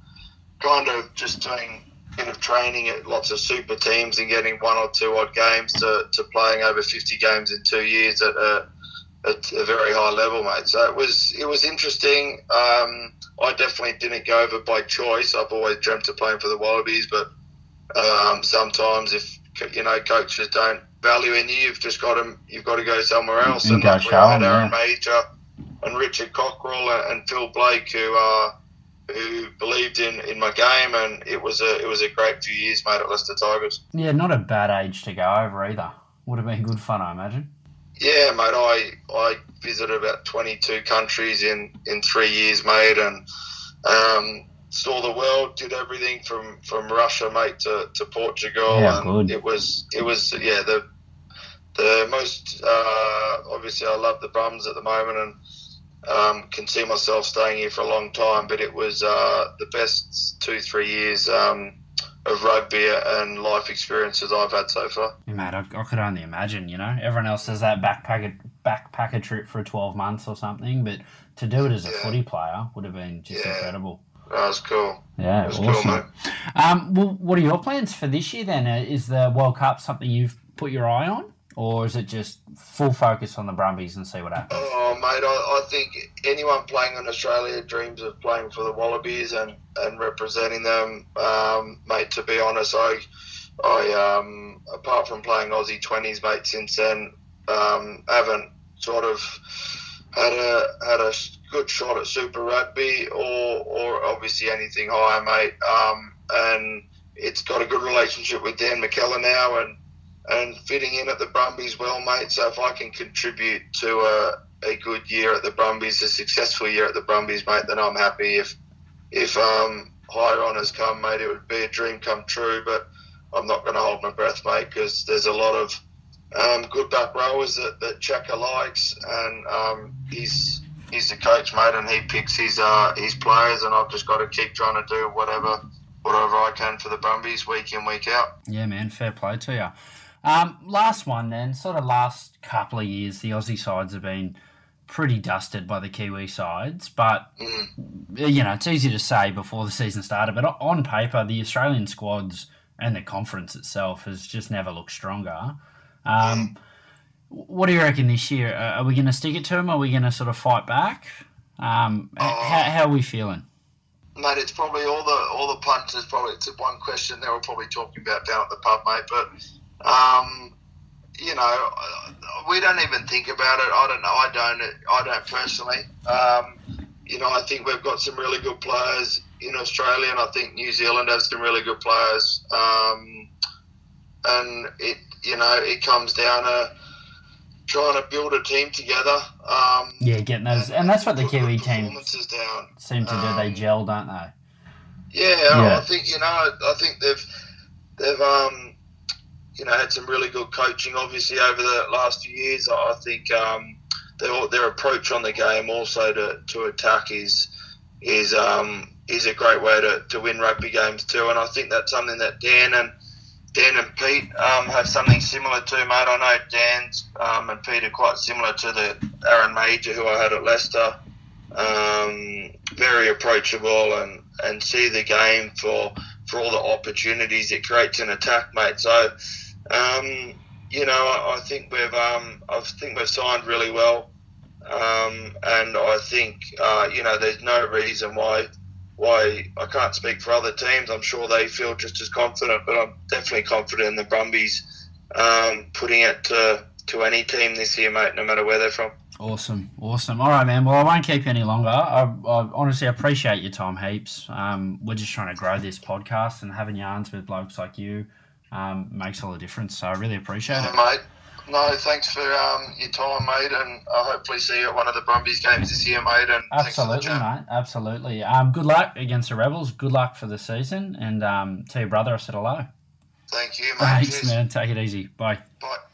kind of just doing a bit of training at lots of super teams and getting one or two odd games to, to playing over 50 games in two years at a, at a very high level, mate. So it was it was interesting. Um, I definitely didn't go over by choice. I've always dreamt of playing for the Wallabies, but um, sometimes if you know coaches don't value in you, you've just got to you've got to go somewhere else. You And gotta luckily show I 'em, had Aaron yeah. Major and Richard Cockrell and Phil Blake who are who believed in, in my game, and it was a it was a great few years, mate, at Leicester Tigers. Yeah, not a bad age to go over either. Would have been good fun, I imagine. Yeah, mate. I I visited about twenty two countries in in three years, mate, and um, saw the world. Did everything from from Russia, mate, to, to Portugal. Yeah, and good. It was it was yeah the the most uh, obviously I love the Brums at the moment and. Um, can see myself staying here for a long time, but it was uh, the best two three years um, of rugby and life experiences I've had so far. Mate, I, I could only imagine, you know. Everyone else does that backpacker backpacker trip for 12 months or something, but to do it as a Yeah. footy player would have been just Yeah. incredible. That was cool. Yeah, That's cool, mate. awesome. um, well, what are your plans for this year then? Uh, Is the World Cup something you've put your eye on, or is it just full focus on the Brumbies and see what happens? Oh, mate, I, I think anyone playing in Australia dreams of playing for the Wallabies and, and representing them. Um, mate, to be honest, I, I um, apart from playing Aussie 20s, mate, since then, um, haven't sort of had a had a good shot at Super Rugby or, or obviously anything higher, mate. Um, and it's got a good relationship with Dan McKellar now and and fitting in at the Brumbies well, mate. So if I can contribute to a, a good year at the Brumbies, a successful year at the Brumbies, mate, then I'm happy. If if um, higher honours come, mate, it would be a dream come true. But I'm not going to hold my breath, mate, because there's a lot of um, good back rowers that, that Chaka likes, and um, he's he's the coach, mate, and he picks his uh, his players, and I've just got to keep trying to do whatever whatever I can for the Brumbies week in week out. Yeah, man, fair play to you. Um, last one then, sort of last couple of years, the Aussie sides have been pretty dusted by the Kiwi sides, but Mm. you know, it's easy to say before the season started, but on paper, the Australian squads and the conference itself has just never looked stronger. Um, what do you reckon this year? Uh, Are we going to stick it to them? Are we going to sort of fight back? Um, h- how, how are we feeling? mate, it's probably all the all the punters. Probably it's one question they were probably talking about down at the pub, mate. But um, you know, uh, we don't even think about it. I don't know. I don't. I don't personally. Um, you know, I think we've got some really good players in Australia, and I think New Zealand has some really good players. Um, and it, you know, it comes down to trying to build a team together. Um, Yeah, getting those, and that's what the put good Kiwi team performances down. seem to do. They Um, gelled, aren't they? Yeah, Yeah. I think you know. I think they've they've um, you know had some really good coaching, obviously over the last few years. I I think um, their their approach on the game also to, to attack is is um, is a great way to, to win rugby games too. And I think that's something that Dan and Dan and Pete um, have something similar to, mate. I know Dan's um, and Pete are quite similar to the Aaron Major who I had at Leicester um, very approachable and, and see the game for for all the opportunities it creates in attack, mate. So, um, you know, I, I think we've um, I think we've signed really well, um, and I think uh, you know there's no reason why why I can't speak for other teams. I'm sure they feel just as confident, but I'm definitely confident in the Brumbies um, putting it to to any team this year, mate, no matter where they're from. Awesome, awesome. All right, man. Well, I won't keep you any longer. I, I honestly appreciate your time heaps. Um, we're just trying to grow this podcast and having yarns with blokes like you um, makes all the difference. So I really appreciate Yeah, it. mate. No, thanks for um, your time, mate, and I'll hopefully see you at one of the Brumbies games this year, mate. And thanks for the Absolutely, chat. mate. Absolutely. Um, good luck against the Rebels. Good luck for the season. And um, to your brother, I said hello. Thank you, mate. Thanks, Cheers. man. Take it easy. Bye. Bye.